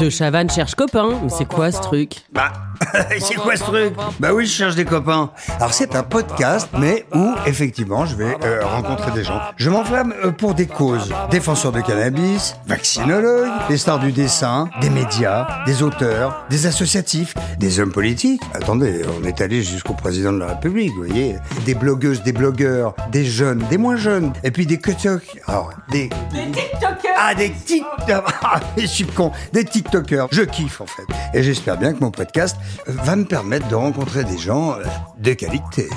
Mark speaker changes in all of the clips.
Speaker 1: De Chavannes cherche copain, mais c'est quoi ce truc
Speaker 2: Bah, c'est quoi ce truc Bah oui, je cherche des copains. Alors c'est un podcast, mais où effectivement je vais euh, rencontrer des gens. Je m'enflamme euh, pour des causes. Défenseurs de cannabis, vaccinologues, des stars du dessin, des médias, des auteurs, des associatifs, des hommes politiques. Attendez, on est allé jusqu'au président de la République, vous voyez. Des blogueuses, des blogueurs, des jeunes, des moins jeunes, et puis des TikTok. Alors, des... Ah, des TikTok Ah, je suis con. Des TikTokers. Je kiffe, en fait. Et j'espère bien que mon podcast euh, va me permettre de rencontrer des gens euh, de qualité.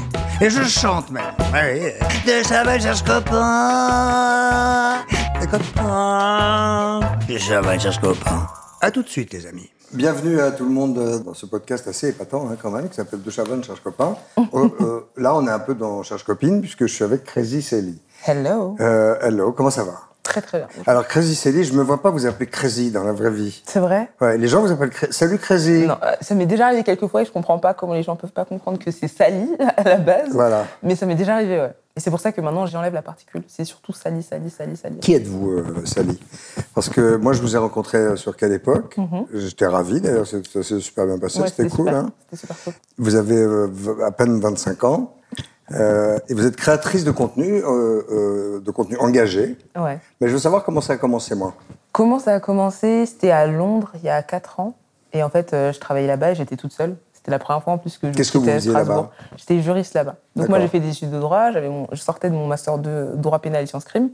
Speaker 2: Et je chante, même. Ah Ouais. De Chavannes cherche copain. Des copains. De Chavannes cherche copain. À tout de suite, les amis.
Speaker 3: Bienvenue à tout le monde euh, dans ce podcast assez épatant hein, quand même, qui s'appelle De Chavannes, Cherche Copain. Euh, euh, là, on est un peu dans Cherche Copine, puisque je suis avec Crazy Sally.
Speaker 4: Hello.
Speaker 3: Euh, hello, comment ça va
Speaker 4: Très très bien.
Speaker 3: Alors, Crazy Sally, je me vois pas vous appeler Crazy dans la vraie vie.
Speaker 4: C'est vrai
Speaker 3: Ouais, les gens vous appellent Cra- Salut Crazy
Speaker 4: Non, euh, ça m'est déjà arrivé quelques fois et je comprends pas comment les gens peuvent pas comprendre que c'est sali à la base.
Speaker 3: Voilà.
Speaker 4: Mais ça m'est déjà arrivé, ouais. Et c'est pour ça que maintenant j'enlève la particule. C'est surtout sali, sali, sali, sali.
Speaker 3: Qui êtes-vous, euh, Sally Parce que moi, je vous ai rencontré euh, sur quelle époque J'étais ravi, d'ailleurs, c'est- ça s'est super bien passé,
Speaker 4: Mhm. Ouais,
Speaker 3: c'était cool.
Speaker 4: super.
Speaker 3: hein.
Speaker 4: C'était super cool.
Speaker 3: Vous avez euh, v- à peine 25 ans euh, et vous êtes créatrice de contenu, euh, euh, de contenu engagé.
Speaker 4: Ouais.
Speaker 3: Mais je veux savoir comment ça a commencé, moi.
Speaker 4: Comment ça a commencé C'était à Londres il y a 4 ans. Et en fait, euh, je travaillais là-bas et j'étais toute seule. C'était la première fois en plus que je
Speaker 3: Qu'est-ce que vous
Speaker 4: quittais
Speaker 3: faisiez là-bas
Speaker 4: Strasbourg. J'étais juriste là-bas. Donc moi,
Speaker 3: D'accord.
Speaker 4: j'ai fait des études de droit. J'avais mon- je sortais de mon master de droit pénal et sciences crimes.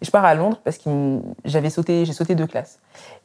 Speaker 4: Et je pars à Londres parce que mm, j'avais sauté, j'ai sauté deux classes.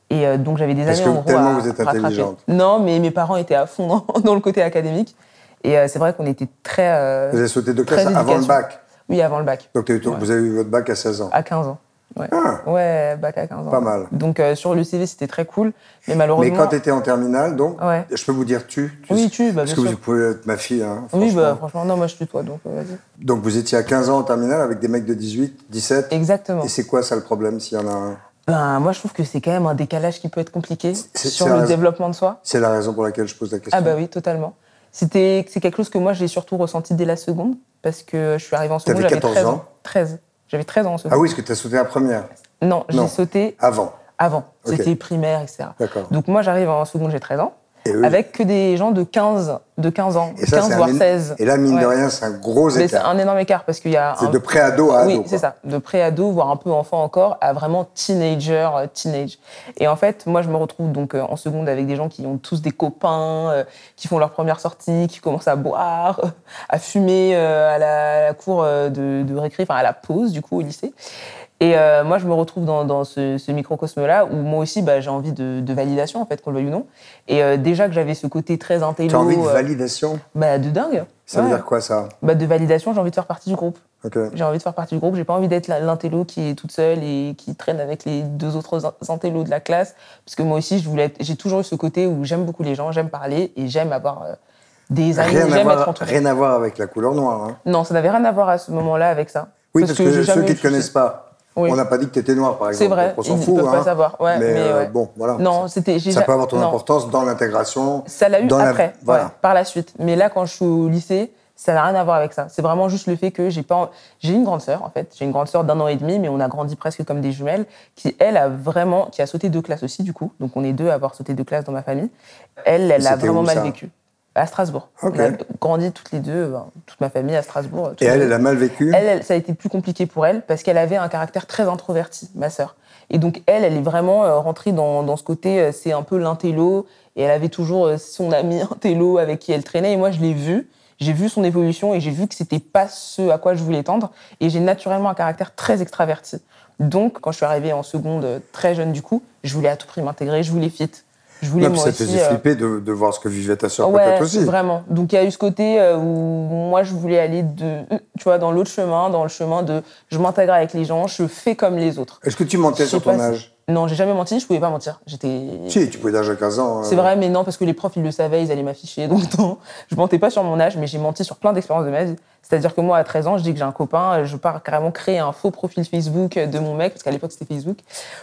Speaker 4: Et euh, donc j'avais des
Speaker 3: Parce
Speaker 4: années
Speaker 3: que
Speaker 4: en gros
Speaker 3: tellement
Speaker 4: à
Speaker 3: vous êtes
Speaker 4: rattraper.
Speaker 3: intelligente.
Speaker 4: Non, mais mes parents étaient à fond dans, dans le côté académique. Et euh, c'est vrai qu'on était très. euh,
Speaker 3: Vous avez sauté de
Speaker 4: très
Speaker 3: classe avant le
Speaker 4: éducation.
Speaker 3: bac.
Speaker 4: Oui, avant le bac.
Speaker 3: Donc t'as eu ton- vous avez eu votre bac à 16 ans.
Speaker 4: À 15 ans. Ouais.
Speaker 3: Ah.
Speaker 4: ouais, bac à 15 ans.
Speaker 3: Pas mal.
Speaker 4: Donc euh, sur le CV, c'était très cool. Mais
Speaker 3: Mais
Speaker 4: malheureusement.
Speaker 3: quand t'étais en terminale, donc,
Speaker 4: Ouais.
Speaker 3: je peux vous dire tu,
Speaker 4: Oui, tu, bah,
Speaker 3: Parce
Speaker 4: bien
Speaker 3: que vous
Speaker 4: sûr.
Speaker 3: pouvez être ma fille, hein,
Speaker 4: Oui,
Speaker 3: franchement.
Speaker 4: bah franchement, non, moi je suis toi, donc euh, vas-y.
Speaker 3: Donc vous étiez à 15 ans en terminale avec des mecs de 18, 17.
Speaker 4: Exactement.
Speaker 3: Et c'est quoi ça le problème s'il y en a un
Speaker 4: Ben, moi je trouve que c'est quand même un décalage qui peut être compliqué
Speaker 3: c'est
Speaker 4: sur
Speaker 3: la
Speaker 4: le
Speaker 3: raison.
Speaker 4: développement de soi.
Speaker 3: C'est la raison pour laquelle je pose la question.
Speaker 4: Ah bah oui, totalement. C'était, c'est quelque chose que moi j'ai surtout ressenti dès la seconde, parce que je suis arrivée en seconde,
Speaker 3: T'avais
Speaker 4: j'avais
Speaker 3: 14
Speaker 4: 13
Speaker 3: ans
Speaker 4: ans. 13. J'avais 13 ans en seconde.
Speaker 3: Ah oui, parce que t'as sauté la première,
Speaker 4: Non,
Speaker 3: Non.
Speaker 4: j'ai sauté
Speaker 3: avant.
Speaker 4: avant.
Speaker 3: Ok.
Speaker 4: C'était primaire, etc.
Speaker 3: D'accord.
Speaker 4: Donc moi j'arrive en seconde, j'ai 13 ans,
Speaker 3: Et eux-
Speaker 4: avec que des gens de 15, de 15 ans,
Speaker 3: Et ça,
Speaker 4: 15
Speaker 3: c'est un
Speaker 4: voire
Speaker 3: éno-
Speaker 4: 16.
Speaker 3: Et là, mine
Speaker 4: Ouais.
Speaker 3: de rien, c'est un gros
Speaker 4: Mais c'est
Speaker 3: écart.
Speaker 4: un énorme écart parce qu'il y a.
Speaker 3: C'est
Speaker 4: un-
Speaker 3: de pré-ado à ado.
Speaker 4: Oui,
Speaker 3: quoi.
Speaker 4: c'est ça. De pré-ado, voire un peu enfant encore, à vraiment teenager, euh, teenage. Et en fait, moi, je me retrouve donc euh, en seconde avec des gens qui ont tous des copains, euh, qui font leur première sortie, qui commencent à boire, euh, à fumer euh, à, la, à la cour euh, de, de récré, enfin à la pause du coup au lycée. Et euh, moi, je me retrouve dans, dans ce, ce microcosme-là où moi aussi, bah, j'ai envie de, de validation, en fait, qu'on le veuille ou non. Et euh, déjà que j'avais ce côté très intello,
Speaker 3: T'as envie de
Speaker 4: euh,
Speaker 3: validation
Speaker 4: bah, de dingue.
Speaker 3: Ça veut
Speaker 4: Ouais.
Speaker 3: dire quoi, ça
Speaker 4: Bah, de validation, j'ai envie de faire partie du groupe.
Speaker 3: Ok.
Speaker 4: J'ai envie de faire partie du groupe. J'ai pas envie d'être la- l'intello qui est toute seule et qui traîne avec les deux autres in- intellos de la classe. Parce que moi aussi, je voulais être- j'ai toujours eu ce côté où j'aime beaucoup les gens, j'aime parler et j'aime avoir euh, des amis,
Speaker 3: Rien à,
Speaker 4: j'aime être
Speaker 3: voir,
Speaker 4: entouré.
Speaker 3: rien à voir avec la couleur noire. hein.
Speaker 4: Non, ça n'avait rien à voir à ce moment-là avec ça.
Speaker 3: Oui, parce, que,
Speaker 4: j'ai
Speaker 3: ceux
Speaker 4: jamais
Speaker 3: qui
Speaker 4: eu
Speaker 3: ne
Speaker 4: ce
Speaker 3: te connaissent
Speaker 4: souci.
Speaker 3: pas,
Speaker 4: Oui.
Speaker 3: on n'a pas dit que tu étais noir, par exemple.
Speaker 4: C'est vrai,
Speaker 3: donc on
Speaker 4: ils
Speaker 3: s'en
Speaker 4: ne
Speaker 3: fout.
Speaker 4: peuvent
Speaker 3: hein.
Speaker 4: pas savoir. Ouais,
Speaker 3: mais
Speaker 4: mais
Speaker 3: euh,
Speaker 4: ouais.
Speaker 3: bon, voilà.
Speaker 4: Non, c'était. j'ai
Speaker 3: Ça
Speaker 4: ja-
Speaker 3: peut avoir ton
Speaker 4: non.
Speaker 3: importance dans l'intégration.
Speaker 4: Ça l'a eu
Speaker 3: dans la-
Speaker 4: après,
Speaker 3: Voilà.
Speaker 4: ouais, par la suite. Mais là, quand je suis au lycée, ça n'a rien à voir avec ça. C'est vraiment juste le fait que j'ai pas, en- j'ai une grande sœur en fait. J'ai une grande sœur d'un an et demi, mais on a grandi presque comme des jumelles. Qui elle a vraiment, qui a sauté deux classes aussi du coup. Donc on est deux à avoir sauté deux classes dans ma famille. Elle, elle a
Speaker 3: C'était
Speaker 4: vraiment
Speaker 3: où,
Speaker 4: mal
Speaker 3: ça
Speaker 4: vécu. À Strasbourg.
Speaker 3: Ok.
Speaker 4: On a grandi toutes les deux, ben, toute ma famille à Strasbourg.
Speaker 3: Et elle, elle a mal vécu.
Speaker 4: Elle, elle, ça a été plus compliqué pour elle parce qu'elle avait un caractère très introverti, ma sœur. Et donc, elle, elle est vraiment euh, rentrée dans, dans ce côté, euh, c'est un peu l'intello. Et elle avait toujours euh, son ami intello avec qui elle traînait. Et moi, je l'ai vu. J'ai vu son évolution et j'ai vu que c'était pas ce à quoi je voulais tendre. Et j'ai naturellement un caractère très extraverti. Donc, quand je suis arrivée en seconde, euh, très jeune du coup, je voulais à tout prix m'intégrer, je voulais fit. Je voulais
Speaker 3: Non, puis
Speaker 4: moi
Speaker 3: ça te
Speaker 4: aussi.
Speaker 3: faisait
Speaker 4: euh,
Speaker 3: flipper de, de voir ce que vivait ta soeur
Speaker 4: Ouais,
Speaker 3: peut-être aussi.
Speaker 4: vraiment. Donc il y a eu ce côté euh, où moi je voulais aller de, tu vois, dans l'autre chemin, dans le chemin de je m'intègre avec les gens, je fais comme les autres.
Speaker 3: Est-ce que tu mentais
Speaker 4: Je sais
Speaker 3: sur ton
Speaker 4: pas si-
Speaker 3: âge
Speaker 4: Non, j'ai jamais menti, je pouvais pas mentir. J'étais.
Speaker 3: Si, tu pouvais d'âge à 15 ans.
Speaker 4: C'est
Speaker 3: euh,
Speaker 4: vrai, mais non, parce que les profs ils le savaient, ils allaient m'afficher. Donc non, je mentais pas sur mon âge, mais j'ai menti sur plein d'expériences de ma vie. C'est-à-dire que moi, à 13 ans, je dis que j'ai un copain, je pars carrément créer un faux profil Facebook de mon mec, parce qu'à l'époque c'était Facebook,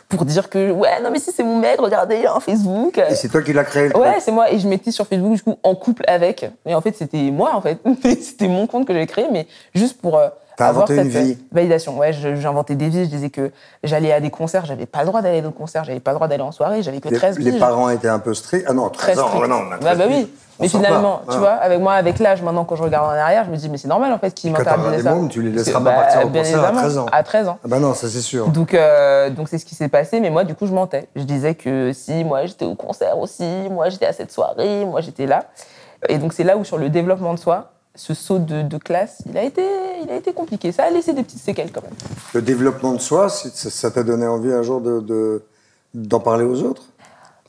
Speaker 4: pour dire que, ouais, non mais si c'est mon mec, regardez, il y a un Facebook.
Speaker 3: euh, Et c'est toi qui l'as créé le
Speaker 4: Ouais,
Speaker 3: truc.
Speaker 4: c'est moi. Et je m'étais sur Facebook, du coup, en couple avec. Et en fait, c'était moi, en fait. c'était mon compte que j'avais créé, mais juste pour. euh,
Speaker 3: T'as
Speaker 4: avoir
Speaker 3: inventé
Speaker 4: cette
Speaker 3: une
Speaker 4: euh,
Speaker 3: vie.
Speaker 4: validation. Ouais, je- j'inventais des vies. Je disais que j'allais à des concerts, j'avais pas le droit d'aller à des concerts, j'avais pas le droit d'aller en soirée, j'avais que
Speaker 3: Les,
Speaker 4: 13
Speaker 3: les
Speaker 4: vies,
Speaker 3: parents étaient un peu stricts. Ah non, 13
Speaker 4: très
Speaker 3: ans,
Speaker 4: strict.
Speaker 3: ouais, non, on a
Speaker 4: bah,
Speaker 3: 13
Speaker 4: bah
Speaker 3: minutes.
Speaker 4: oui.
Speaker 3: On
Speaker 4: Mais
Speaker 3: sort
Speaker 4: finalement,
Speaker 3: pas.
Speaker 4: tu
Speaker 3: Ah.
Speaker 4: vois, avec moi, avec l'âge, maintenant, quand je regarde en arrière, je me dis, mais c'est normal en fait qu'ils
Speaker 3: Quand
Speaker 4: m'interdisent
Speaker 3: t'auras
Speaker 4: ça.
Speaker 3: des mômes, tu les
Speaker 4: Parce que, bah,
Speaker 3: laisseras pas partir au
Speaker 4: bien
Speaker 3: concert à
Speaker 4: évidemment,
Speaker 3: 13 ans.
Speaker 4: À 13 ans.
Speaker 3: Ah bah non, ça c'est sûr.
Speaker 4: Donc, euh, donc c'est ce qui s'est passé, mais moi, du coup, je mentais. Je disais que si, moi, j'étais au concert aussi, moi, j'étais à cette soirée, moi, j'étais là. Et donc, c'est là où, sur le développement de soi, ce saut de, de classe, il a, été, il a été compliqué. Ça a laissé des petites séquelles quand même.
Speaker 3: Le développement de soi, c'est- ça ça t'a donné envie un jour de- de- d'en parler aux autres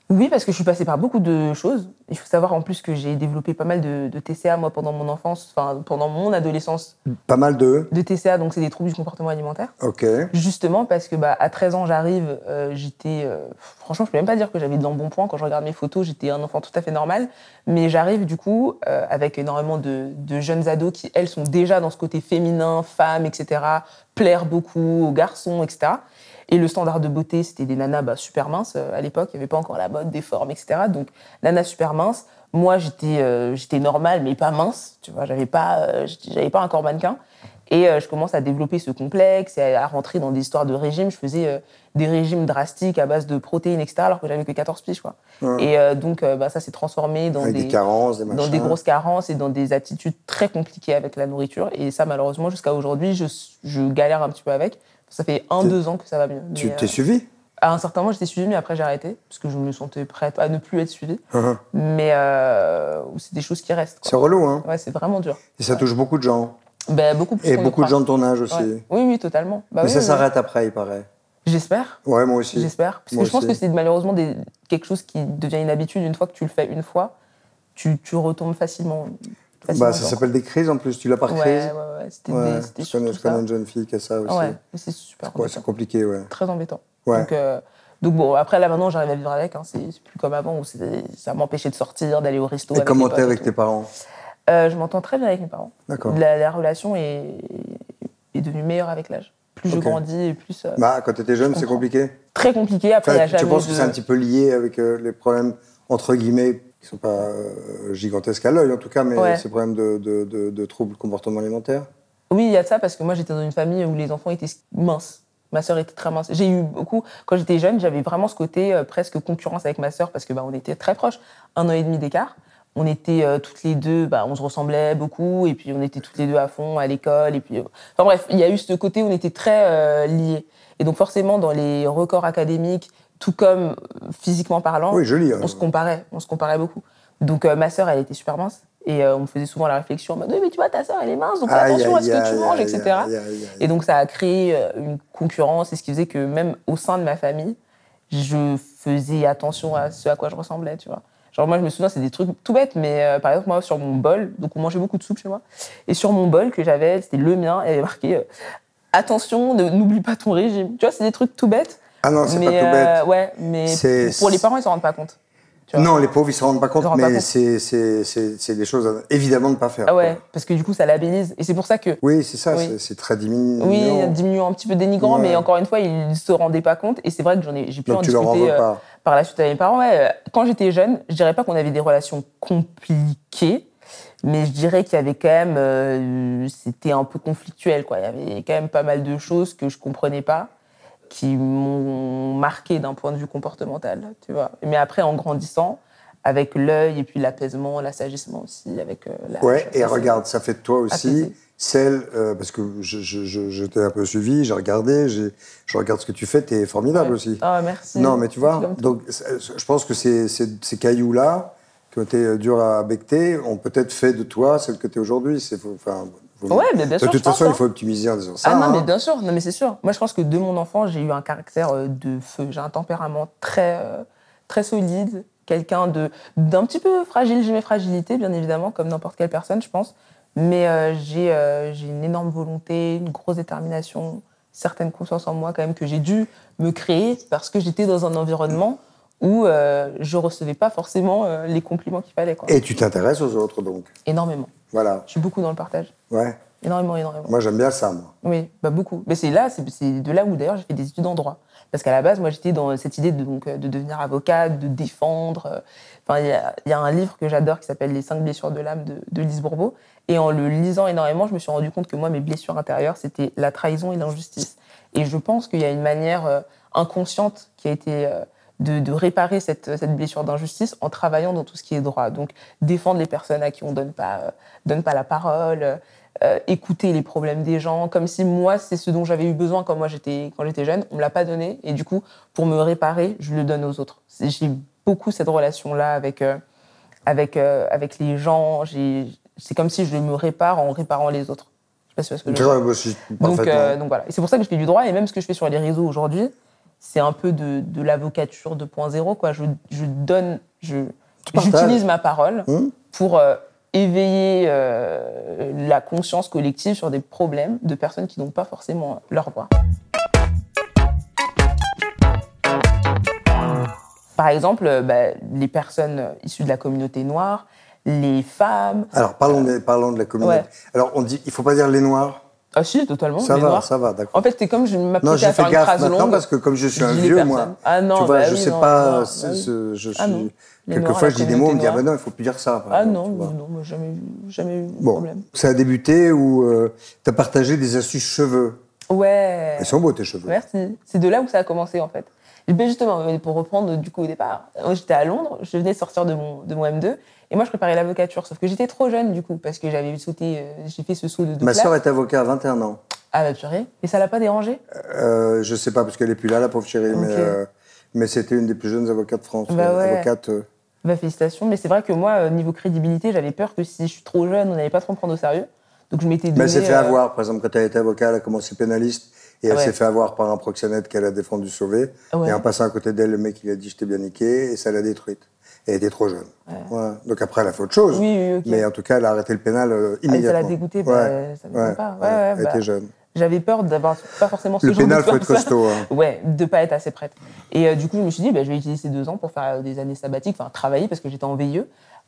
Speaker 4: Oui, parce que je suis passée par beaucoup de choses. Il faut savoir en plus que j'ai développé pas mal de, de TCA, moi, pendant mon enfance, enfin, pendant mon adolescence.
Speaker 3: Pas mal de.
Speaker 4: De TCA, donc c'est des troubles du comportement alimentaire.
Speaker 3: Ok.
Speaker 4: Justement parce que bah, à 13 ans j'arrive, euh, j'étais euh, franchement je peux même pas dire que j'avais de l'embonpoint quand je regarde mes photos, j'étais un enfant tout à fait normal, mais j'arrive du coup euh, avec énormément de, de jeunes ados qui elles sont déjà dans ce côté féminin, femme, etc, plaire beaucoup aux garçons, etc. Et le standard de beauté c'était des nanas bah, super minces euh, à l'époque, il n'y avait pas encore la mode des formes, etc. Donc nanas super minces, moi j'étais euh, j'étais normale mais pas mince, tu vois, j'avais pas euh, j'avais pas un corps mannequin. Et euh, je commence à développer ce complexe, et à, à rentrer dans des histoires de régimes. Je faisais euh, des régimes drastiques à base de protéines, etc., alors que j'avais que 14 piges, quoi. Et euh, donc, euh, bah, ça s'est transformé dans
Speaker 3: Avec des,
Speaker 4: des,
Speaker 3: carences, des machins.
Speaker 4: dans des grosses carences et dans des attitudes très compliquées avec la nourriture. Et ça, malheureusement, jusqu'à aujourd'hui, je, je galère un petit peu avec. Ça fait un,
Speaker 3: T'es-
Speaker 4: deux ans que ça va mieux. Mais,
Speaker 3: Tu
Speaker 4: euh,
Speaker 3: t'es suivi
Speaker 4: à un certain moment, j'étais suivie, mais après, j'ai arrêté, parce que je me sentais prête à ne plus être suivie.
Speaker 3: Hein, hein.
Speaker 4: Mais euh, c'est des choses qui restent. quoi.
Speaker 3: C'est relou, hein
Speaker 4: Ouais, c'est vraiment dur.
Speaker 3: Et ça touche beaucoup de gens.
Speaker 4: Ben, beaucoup plus
Speaker 3: Et
Speaker 4: qu'on ne
Speaker 3: beaucoup de
Speaker 4: croit.
Speaker 3: gens de ton âge aussi.
Speaker 4: Ouais. Oui, oui, totalement. Bah
Speaker 3: Mais
Speaker 4: oui,
Speaker 3: ça
Speaker 4: oui.
Speaker 3: s'arrête après, il paraît.
Speaker 4: J'espère.
Speaker 3: Ouais, moi aussi.
Speaker 4: J'espère. Parce
Speaker 3: Moi
Speaker 4: que je pense
Speaker 3: aussi.
Speaker 4: que c'est malheureusement des- quelque chose qui devient une habitude. Une fois que tu le fais une fois, tu, tu retombes facilement. facilement
Speaker 3: Bah, ça
Speaker 4: dedans.
Speaker 3: s'appelle des crises en plus. Tu l'as par
Speaker 4: Ouais,
Speaker 3: crise
Speaker 4: ouais, ouais. C'était
Speaker 3: Ouais.
Speaker 4: des- c'était
Speaker 3: Je connais, je
Speaker 4: surtout ça.
Speaker 3: connais une jeune fille qui a ça aussi.
Speaker 4: Ouais, mais c'est super
Speaker 3: Ouais,
Speaker 4: embêtant.
Speaker 3: c'est compliqué, ouais.
Speaker 4: Très embêtant.
Speaker 3: Ouais.
Speaker 4: Donc, euh, donc bon, après là maintenant j'arrive à vivre avec. hein. C'est c'est plus comme avant où c'était- ça m'empêchait de sortir, d'aller au resto.
Speaker 3: Et
Speaker 4: avec
Speaker 3: comment
Speaker 4: mes
Speaker 3: t'es
Speaker 4: potes et
Speaker 3: avec
Speaker 4: tout. Mm.
Speaker 3: tes parents
Speaker 4: Euh, Je m'entends très bien avec mes parents.
Speaker 3: D'accord.
Speaker 4: La, la relation est, est devenue meilleure avec l'âge. Plus
Speaker 3: Ok.
Speaker 4: je grandis et plus. euh,
Speaker 3: Bah, quand t'étais jeune, c'est
Speaker 4: comprends.
Speaker 3: compliqué.
Speaker 4: Très compliqué. Après, il y
Speaker 3: Enfin,
Speaker 4: a
Speaker 3: tu
Speaker 4: jamais
Speaker 3: penses que
Speaker 4: de-
Speaker 3: c'est un petit peu lié avec euh, les problèmes, entre guillemets, qui sont pas euh, gigantesques à l'œil en tout cas, mais
Speaker 4: Ouais.
Speaker 3: ces problèmes de, de, de, de troubles comportement alimentaire
Speaker 4: Oui, il y a de ça parce que moi j'étais dans une famille où les enfants étaient minces. Ma sœur était très mince. J'ai eu beaucoup quand j'étais jeune, j'avais vraiment ce côté euh, presque concurrence avec ma sœur parce que bah, on était très proches, un an et demi d'écart. On était euh, toutes les deux, bah, on se ressemblait beaucoup et puis on était toutes les deux à fond à l'école et puis euh, enfin bref, il y a eu ce côté où on était très euh, liés et donc forcément dans les records académiques, tout comme euh, physiquement parlant,
Speaker 3: Oui, joli. hein.
Speaker 4: on se comparait, on se comparait beaucoup. Donc euh, ma sœur, elle était super mince et euh, on me faisait souvent la réflexion en mode oui mais tu vois ta sœur elle est mince donc fais
Speaker 3: Aïe,
Speaker 4: attention à ce
Speaker 3: aïe,
Speaker 4: que tu
Speaker 3: aïe,
Speaker 4: manges
Speaker 3: aïe,
Speaker 4: etc.
Speaker 3: aïe, aïe, aïe.
Speaker 4: Et donc ça a créé euh, une concurrence et ce qui faisait que même au sein de ma famille, je faisais attention à ce à quoi je ressemblais, tu vois. Genre moi je me souviens c'est des trucs tout bêtes mais euh, par exemple moi sur mon bol, donc on mangeait beaucoup de soupe chez moi et sur mon bol que j'avais, c'était le mien, il y avait marqué euh, attention, ne- n'oublie pas ton régime. Tu vois, c'est des trucs tout bêtes.
Speaker 3: Ah non, c'est
Speaker 4: mais
Speaker 3: pas tout
Speaker 4: euh,
Speaker 3: bête.
Speaker 4: ouais, mais
Speaker 3: C'est-
Speaker 4: pour les parents ils s'en rendent pas compte. tu vois.
Speaker 3: Non, les pauvres, ils se rendent pas compte,
Speaker 4: se rendent pas
Speaker 3: mais
Speaker 4: compte.
Speaker 3: c'est- c'est c'est- c'est des choses à- évidemment de ne pas faire.
Speaker 4: Ah ouais,
Speaker 3: quoi.
Speaker 4: parce que du coup, ça labellise. Et c'est pour ça que,
Speaker 3: Oui, c'est ça,
Speaker 4: Oui.
Speaker 3: c'est- c'est très diminuant.
Speaker 4: oui, diminuant, un petit peu dénigrant,
Speaker 3: Ouais.
Speaker 4: mais encore une fois, ils ne se rendaient pas compte. Et c'est vrai que j'en ai, j'ai pu en
Speaker 3: Donc tu
Speaker 4: discuter
Speaker 3: leur en veux
Speaker 4: euh,
Speaker 3: pas.
Speaker 4: par la suite avec mes parents. Ouais, euh, quand j'étais jeune, je dirais pas qu'on avait des relations compliquées, mais je dirais qu'il y avait quand même, euh, c'était un peu conflictuel, quoi. Il y avait quand même pas mal de choses que je comprenais pas, qui m'ont marqué d'un point de vue comportemental, tu vois. Mais après, en grandissant, avec l'œil et puis l'apaisement, l'assaisissement aussi, avec euh, la.
Speaker 3: Ouais, et
Speaker 4: ça, c'est-
Speaker 3: regarde, ça fait de toi aussi
Speaker 4: Associé.
Speaker 3: celle, euh, parce que je, je, je, je t'ai un peu suivi, j'ai regardé, j'ai- je regarde ce que tu fais, t'es formidable aussi.
Speaker 4: Ah, merci.
Speaker 3: Non, mais tu
Speaker 4: C'est
Speaker 3: vois,
Speaker 4: comme
Speaker 3: donc c'est- je pense que ces, ces, ces cailloux-là, qui ont été euh, durs à becter, ont peut-être fait de toi celle que tu es aujourd'hui. C'est- faut- Enfin, faut-
Speaker 4: Ouais, mais
Speaker 3: de
Speaker 4: bien sûr,
Speaker 3: toute
Speaker 4: je pense,
Speaker 3: façon, il
Speaker 4: hein.
Speaker 3: faut optimiser en disant ça.
Speaker 4: Ah non,
Speaker 3: hein.
Speaker 4: mais bien sûr, non, mais c'est sûr. Moi, je pense que de mon enfant, j'ai eu un caractère euh, de feu. J'ai un tempérament très, euh, très solide, quelqu'un de d'un petit peu fragile. J'ai mes fragilités, bien évidemment, comme n'importe quelle personne, je pense. Mais euh, j'ai euh, j'ai une énorme volonté, une grosse détermination, certaine confiance en moi quand même que j'ai dû me créer parce que j'étais dans un environnement où euh, je recevais pas forcément euh, les compliments qu'il fallait. Quoi.
Speaker 3: Et tu t'intéresses aux autres, donc.
Speaker 4: Énormément.
Speaker 3: Voilà,
Speaker 4: Je suis beaucoup dans le partage.
Speaker 3: ouais.
Speaker 4: Énormément, énormément.
Speaker 3: Moi, j'aime bien ça, moi.
Speaker 4: Oui, bah beaucoup. Mais c'est là, c'est c'est de là où d'ailleurs j'ai fait des études en droit. Parce qu'à la base, moi, j'étais dans cette idée de, donc, euh, de devenir avocate, de défendre. euh. Enfin, il y, a- il y a un livre que j'adore qui s'appelle Les cinq blessures de l'âme de, de Lise Bourbeau. Et en le lisant énormément, je me suis rendu compte que moi, mes blessures intérieures, c'était la trahison et l'injustice. Et je pense qu'il y a une manière euh, inconsciente qui a été euh, de, de réparer cette, cette blessure d'injustice en travaillant dans tout ce qui est droit. Donc, défendre les personnes à qui on donne pas, euh, donne pas la parole, euh, euh, écouter les problèmes des gens, comme si moi, c'est ce dont j'avais eu besoin quand moi j'étais quand j'étais jeune. On me l'a pas donné. Et du coup, pour me réparer, je le donne aux autres. C'est- J'ai beaucoup cette relation-là avec, euh, avec, euh, avec les gens. J'ai- C'est comme si je me répare en réparant les autres. Je sais pas si tu vois ce que je
Speaker 3: Tu
Speaker 4: veux
Speaker 3: vois,
Speaker 4: dire.
Speaker 3: moi aussi,
Speaker 4: Donc,
Speaker 3: parfaitement.
Speaker 4: euh, donc voilà. Et c'est pour ça que je fais du droit. Et même ce que je fais sur les réseaux aujourd'hui, c'est un peu de, de l'avocature 2.0. Quoi. Je, je donne, je,
Speaker 3: partages.
Speaker 4: j'utilise ma parole
Speaker 3: Hmm.
Speaker 4: pour euh, éveiller euh, la conscience collective sur des problèmes de personnes qui n'ont pas forcément leur voix. Par exemple, euh, bah, les personnes issues de la communauté noire, les femmes.
Speaker 3: Alors, parlons, des- parlons de la communauté.
Speaker 4: Ouais.
Speaker 3: Alors, on dit, il faut pas dire les Noirs.
Speaker 4: Ah si, totalement.
Speaker 3: Ça
Speaker 4: les
Speaker 3: va,
Speaker 4: noirs.
Speaker 3: ça va, d'accord.
Speaker 4: En fait, c'est comme je
Speaker 3: Non,
Speaker 4: m'apprêtais
Speaker 3: j'ai
Speaker 4: à
Speaker 3: fait
Speaker 4: faire une
Speaker 3: gaffe
Speaker 4: phrase
Speaker 3: maintenant
Speaker 4: longue.
Speaker 3: parce que comme je suis
Speaker 4: je
Speaker 3: un
Speaker 4: dis les
Speaker 3: vieux,
Speaker 4: personnes.
Speaker 3: moi,
Speaker 4: Ah non,
Speaker 3: tu vois,
Speaker 4: bah
Speaker 3: je
Speaker 4: oui,
Speaker 3: sais
Speaker 4: non,
Speaker 3: pas,
Speaker 4: non,
Speaker 3: c'est-
Speaker 4: ah oui.
Speaker 3: c'est- je suis...
Speaker 4: Ah non. Les Noirs,
Speaker 3: Quelquefois,
Speaker 4: la
Speaker 3: je dis des mots, on me dit, ah
Speaker 4: communauté
Speaker 3: ben non, il faut plus dire ça. par
Speaker 4: Ah
Speaker 3: exemple,
Speaker 4: non,
Speaker 3: bah tu vois.
Speaker 4: non, moi jamais, vu- jamais. vu de
Speaker 3: Bon,
Speaker 4: problème.
Speaker 3: ça a débuté où euh, tu as partagé des astuces cheveux.
Speaker 4: Ouais.
Speaker 3: Ils sont beaux, tes cheveux.
Speaker 4: Merci. C'est de là où ça a commencé en fait. Et ben, justement, euh, pour reprendre du coup au départ, euh, j'étais à Londres, je venais de sortir de mon, de mon M2 et moi je préparais l'avocature, sauf que j'étais trop jeune du coup parce que j'avais sauté, euh, j'ai fait ce saut de deux
Speaker 3: Ma
Speaker 4: places.
Speaker 3: sœur est avocat à 21 ans.
Speaker 4: Ah bah purée, et ça l'a pas dérangé
Speaker 3: Euh, je sais pas, parce qu'elle est plus là, la pauvre chérie, mais,
Speaker 4: Ok.
Speaker 3: euh, mais c'était une des plus jeunes avocates de France.
Speaker 4: Bah
Speaker 3: euh,
Speaker 4: ouais.
Speaker 3: Avocate, euh,
Speaker 4: Bah félicitations, mais c'est vrai que moi euh, niveau crédibilité, j'avais peur que si je suis trop jeune, on n'allait pas trop me prendre au sérieux, donc je m'étais
Speaker 3: Mais Ben, elle s'est
Speaker 4: donné.
Speaker 3: fait
Speaker 4: euh, Ah
Speaker 3: avoir. Par exemple, quand elle était avocate, elle a commencé pénaliste et elle
Speaker 4: Ouais.
Speaker 3: s'est fait avoir par un proxénète qu'elle a défendu sauver.
Speaker 4: Ouais.
Speaker 3: Et en passant à côté d'elle, le mec, il a dit Je t'ai bien niqué et ça l'a détruite. Et elle était trop jeune. Ouais. Donc après, elle a fait autre chose.
Speaker 4: Oui, oui, ok.
Speaker 3: Mais en tout cas, elle a arrêté le pénal euh,
Speaker 4: Ah, mais ça
Speaker 3: immédiatement.
Speaker 4: l'a dégoûté, bah,
Speaker 3: Ouais.
Speaker 4: ça m'étonne
Speaker 3: Ouais.
Speaker 4: pas. Ouais,
Speaker 3: Ouais.
Speaker 4: ouais,
Speaker 3: Elle
Speaker 4: bah,
Speaker 3: était jeune.
Speaker 4: J'avais peur d'avoir pas forcément ce
Speaker 3: Le
Speaker 4: genre
Speaker 3: pénal,
Speaker 4: de
Speaker 3: faut être
Speaker 4: personne.
Speaker 3: costaud, hein.
Speaker 4: Ouais, de pas être assez prête. Et euh, du coup, je me suis dit, bah, je vais utiliser ces deux ans pour faire euh, des années sabbatiques, enfin travailler parce que j'étais en VIE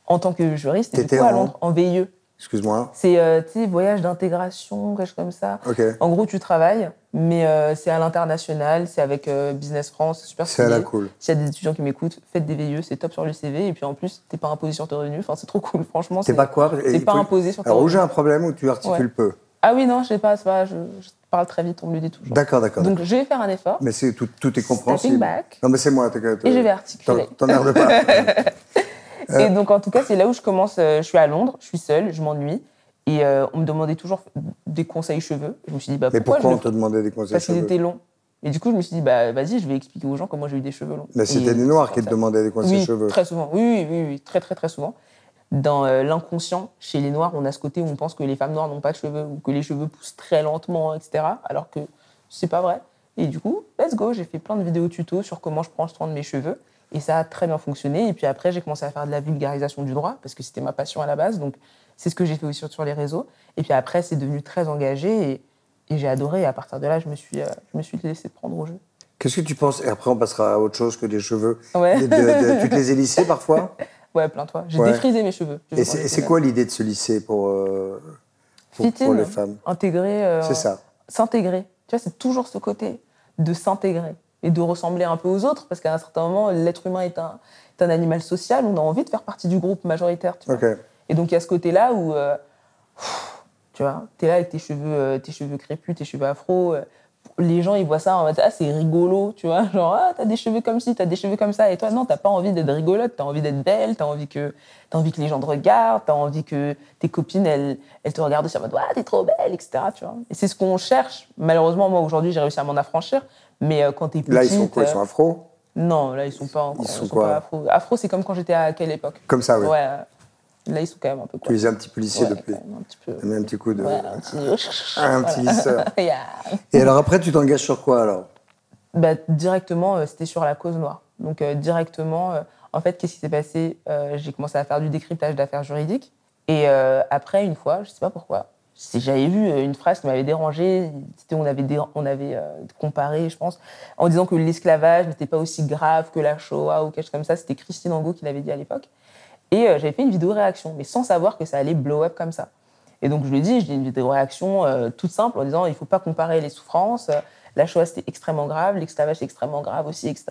Speaker 4: en tant que juriste. Et du
Speaker 3: T'étais
Speaker 4: coup, à
Speaker 3: en-
Speaker 4: Londres, en VIE.
Speaker 3: Excuse-moi.
Speaker 4: C'est, euh, tu sais, voyage d'intégration, quelque chose comme ça.
Speaker 3: Ok.
Speaker 4: En gros, tu travailles, mais euh, c'est à l'international, c'est avec euh, Business France, c'est super
Speaker 3: C'est à la
Speaker 4: stylé.
Speaker 3: cool.
Speaker 4: S'il y a des étudiants qui m'écoutent, faites des VIE, c'est top sur le CV. Et puis en plus, t'es pas imposé sur tes revenus. Enfin, c'est trop cool, franchement.
Speaker 3: T'es
Speaker 4: c'est-
Speaker 3: pas quoi Et
Speaker 4: T'es
Speaker 3: il
Speaker 4: pas
Speaker 3: faut-
Speaker 4: imposé sur tes
Speaker 3: Alors, où
Speaker 4: revenus.
Speaker 3: j'ai un problème, où tu articules
Speaker 4: Ouais.
Speaker 3: peu.
Speaker 4: Ah oui, non, je sais pas, c'est pas, je, je parle très vite, on me le dit toujours.
Speaker 3: D'accord, d'accord.
Speaker 4: Donc, je vais faire un effort.
Speaker 3: mais c'est tout, tout est compréhensible. euh,
Speaker 4: back.
Speaker 3: Non, mais c'est moi. t'inquiète.
Speaker 4: Et je vais articuler.
Speaker 3: T'en- T'emmerdes pas. euh,
Speaker 4: Et donc, en tout cas, c'est là où je commence. euh, Je suis à Londres, je suis seule, je m'ennuie. Et euh, on me demandait toujours des conseils cheveux. Je me suis dit, bah,
Speaker 3: Mais
Speaker 4: pourquoi,
Speaker 3: pourquoi
Speaker 4: je
Speaker 3: on
Speaker 4: le
Speaker 3: te
Speaker 4: fais
Speaker 3: demandait des conseils
Speaker 4: Parce qu'ils
Speaker 3: cheveux
Speaker 4: étaient longs. Et du coup, je me suis dit, bah, vas-y, je vais expliquer aux gens comment j'ai eu des cheveux longs.
Speaker 3: Mais Bah, c'était
Speaker 4: Et
Speaker 3: les Noirs
Speaker 4: c'est
Speaker 3: qui
Speaker 4: comme
Speaker 3: te
Speaker 4: ça.
Speaker 3: demandaient des conseils
Speaker 4: oui,
Speaker 3: cheveux.
Speaker 4: Très souvent, oui, oui, oui, oui, très, très, très souvent. Dans euh, l'inconscient, chez les Noirs, on a ce côté où on pense que les femmes noires n'ont pas de cheveux ou que les cheveux poussent très lentement, etc. Alors que c'est pas vrai. Et du coup, let's go, j'ai fait plein de vidéos tuto sur comment je prends soin de mes cheveux. Et ça a très bien fonctionné. Et puis après, j'ai commencé à faire de la vulgarisation du droit parce que c'était ma passion à la base. Donc c'est ce que j'ai fait aussi sur les réseaux. Et puis après, c'est devenu très engagé et, et j'ai adoré. Et à partir de là, je me suis, euh, je me suis laissé prendre au jeu.
Speaker 3: Qu'est-ce que tu penses Et après, on passera à autre chose que des cheveux.
Speaker 4: Ouais.
Speaker 3: Des- de- de- tu te les as lissés parfois
Speaker 4: Ouais, plein toi. J'ai
Speaker 3: Ouais.
Speaker 4: défrisé mes cheveux.
Speaker 3: Et c'est et c'est quoi l'idée de se lisser pour, euh, pour,
Speaker 4: Fit-in,
Speaker 3: pour les femmes
Speaker 4: Intégrer. euh,
Speaker 3: C'est ça.
Speaker 4: S'intégrer. Tu vois, c'est toujours ce côté de s'intégrer et de ressembler un peu aux autres, parce qu'à un certain moment, l'être humain est un, est un animal social, on a envie de faire partie du groupe majoritaire. Tu vois.
Speaker 3: Ok.
Speaker 4: Et donc, il y a ce côté-là où, euh, pff, tu vois, t'es là avec tes cheveux, euh, tes cheveux crépus, tes cheveux afro. euh, les gens, ils voient ça en mode, ah, c'est rigolo, tu vois. Genre, ah, t'as des cheveux comme ci, t'as des cheveux comme ça. Et toi, non, t'as pas envie d'être rigolote, t'as envie d'être belle, t'as envie, que, t'as envie que les gens te regardent, t'as envie que tes copines, elles, elles te regardent aussi en mode, ah, t'es trop belle, etc. Tu vois. Et c'est ce qu'on cherche. Malheureusement, moi, aujourd'hui, j'ai réussi à m'en affranchir. Mais euh, quand t'es petite...
Speaker 3: Là, ils sont quoi Ils
Speaker 4: euh,
Speaker 3: sont afro
Speaker 4: non, là, ils sont pas encore.
Speaker 3: Ils sont quoi
Speaker 4: pas afro. Afro, c'est comme quand j'étais à quelle époque
Speaker 3: Comme ça, oui.
Speaker 4: Ouais. euh, Là, ils sont quand même un peu
Speaker 3: Ah Tu
Speaker 4: quoi.
Speaker 3: les as un petit peu lissés
Speaker 4: Ouais,
Speaker 3: depuis.
Speaker 4: quand même, un petit peu.
Speaker 3: T'as mis un petit coup de.
Speaker 4: Ouais, un petit,
Speaker 3: Un petit lisseur.
Speaker 4: Yeah.
Speaker 3: Et alors après, tu t'engages sur quoi alors
Speaker 4: Bah, directement, euh, c'était sur la cause noire. Donc, euh, directement, euh, en fait, qu'est-ce qui s'est passé Euh, J'ai commencé à faire du décryptage d'affaires juridiques. Et euh, après, une fois, je sais pas pourquoi, c'est- j'avais vu euh, une phrase qui m'avait dérangée. C'était on avait, dé- on avait euh, comparé, je pense, en disant que l'esclavage n'était pas aussi grave que la Shoah ou quelque chose comme ça. C'était Christine Angot qui l'avait dit à l'époque. Et euh, j'avais fait une vidéo réaction, mais sans savoir que ça allait blow up comme ça. Et donc je lui ai dit, je lui ai dit des réactions euh, toutes simples en disant il ne faut pas comparer les souffrances. euh, La Shoah, c'était extrêmement grave, l'esclavage, c'est extrêmement grave aussi, etc.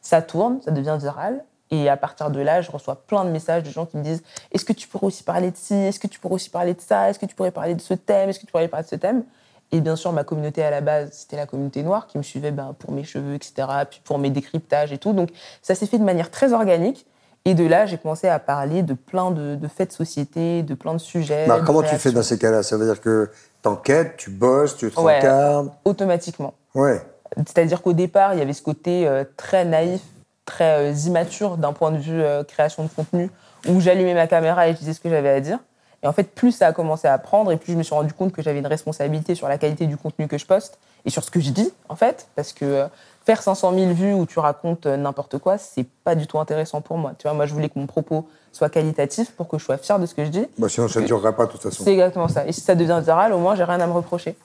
Speaker 4: Ça tourne, ça devient viral. Et à partir de là, je reçois plein de messages de gens qui me disent Est-ce que tu pourrais aussi parler de ci Est-ce que tu pourrais aussi parler de ça Est-ce que tu pourrais parler de ce thème Est-ce que tu pourrais parler de ce thème Et bien sûr, ma communauté à la base, c'était la communauté noire qui me suivait ben, pour mes cheveux, etc., puis pour mes décryptages et tout. Donc ça s'est fait de manière très organique. Et de là, j'ai commencé à parler de plein de, de faits de société, de plein de sujets.
Speaker 3: Bah,
Speaker 4: de
Speaker 3: comment tu
Speaker 4: créations.
Speaker 3: fais dans ces cas-là Ça veut dire que t'enquêtes, tu bosses, tu te
Speaker 4: Ouais.
Speaker 3: rencardes.
Speaker 4: Automatiquement.
Speaker 3: Ouais.
Speaker 4: C'est-à-dire qu'au départ, il y avait ce côté euh, très naïf, très euh, immature d'un point de vue euh, création de contenu, où j'allumais ma caméra et je disais ce que j'avais à dire. Et en fait, plus ça a commencé à prendre, et plus je me suis rendu compte que j'avais une responsabilité sur la qualité du contenu que je poste et sur ce que je dis, en fait, parce que euh, faire 500 000 vues où tu racontes euh, n'importe quoi, c'est pas du tout intéressant pour moi. Tu vois, moi, je voulais que mon propos soit qualitatif pour que je sois fier de ce que je dis.
Speaker 3: Bah, sinon, ça ne
Speaker 4: Ok.
Speaker 3: durera pas de toute façon.
Speaker 4: C'est exactement ça. Et si ça devient viral, au moins, j'ai rien à me reprocher.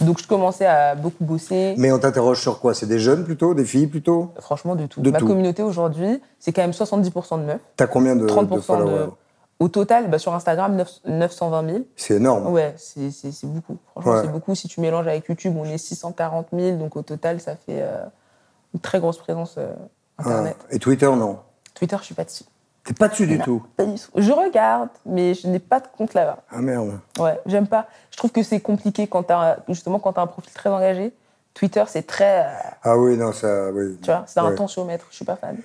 Speaker 4: Donc, je commençais à beaucoup bosser.
Speaker 3: Mais on t'interroge sur quoi C'est des jeunes plutôt Des filles plutôt
Speaker 4: Franchement, de tout.
Speaker 3: De
Speaker 4: Ma
Speaker 3: tout.
Speaker 4: communauté aujourd'hui, c'est quand même 70% de meufs,
Speaker 3: T'as combien de, de
Speaker 4: 30% de.
Speaker 3: followers
Speaker 4: Au total, bah, sur Instagram, 9 920 000.
Speaker 3: C'est énorme.
Speaker 4: Ouais, c'est- c'est c'est beaucoup. Franchement,
Speaker 3: Ouais.
Speaker 4: c'est beaucoup. Si tu mélanges avec YouTube, on est 640 000. Donc au total, ça fait euh, une très grosse présence euh, Internet.
Speaker 3: Ah. Et Twitter, non
Speaker 4: Twitter, je suis pas dessus.
Speaker 3: T'es pas dessus du
Speaker 4: Non.
Speaker 3: tout.
Speaker 4: Pas du tout. Je regarde, mais je n'ai pas de compte là-bas.
Speaker 3: Ah merde.
Speaker 4: Ouais, j'aime pas. Je trouve que c'est compliqué quand t'as justement quand t'as un profil très engagé. Twitter, c'est très. euh,
Speaker 3: Ah oui, non, ça. Oui.
Speaker 4: tu vois, c'est un
Speaker 3: Ouais.
Speaker 4: tensiomètre. Je suis pas fan.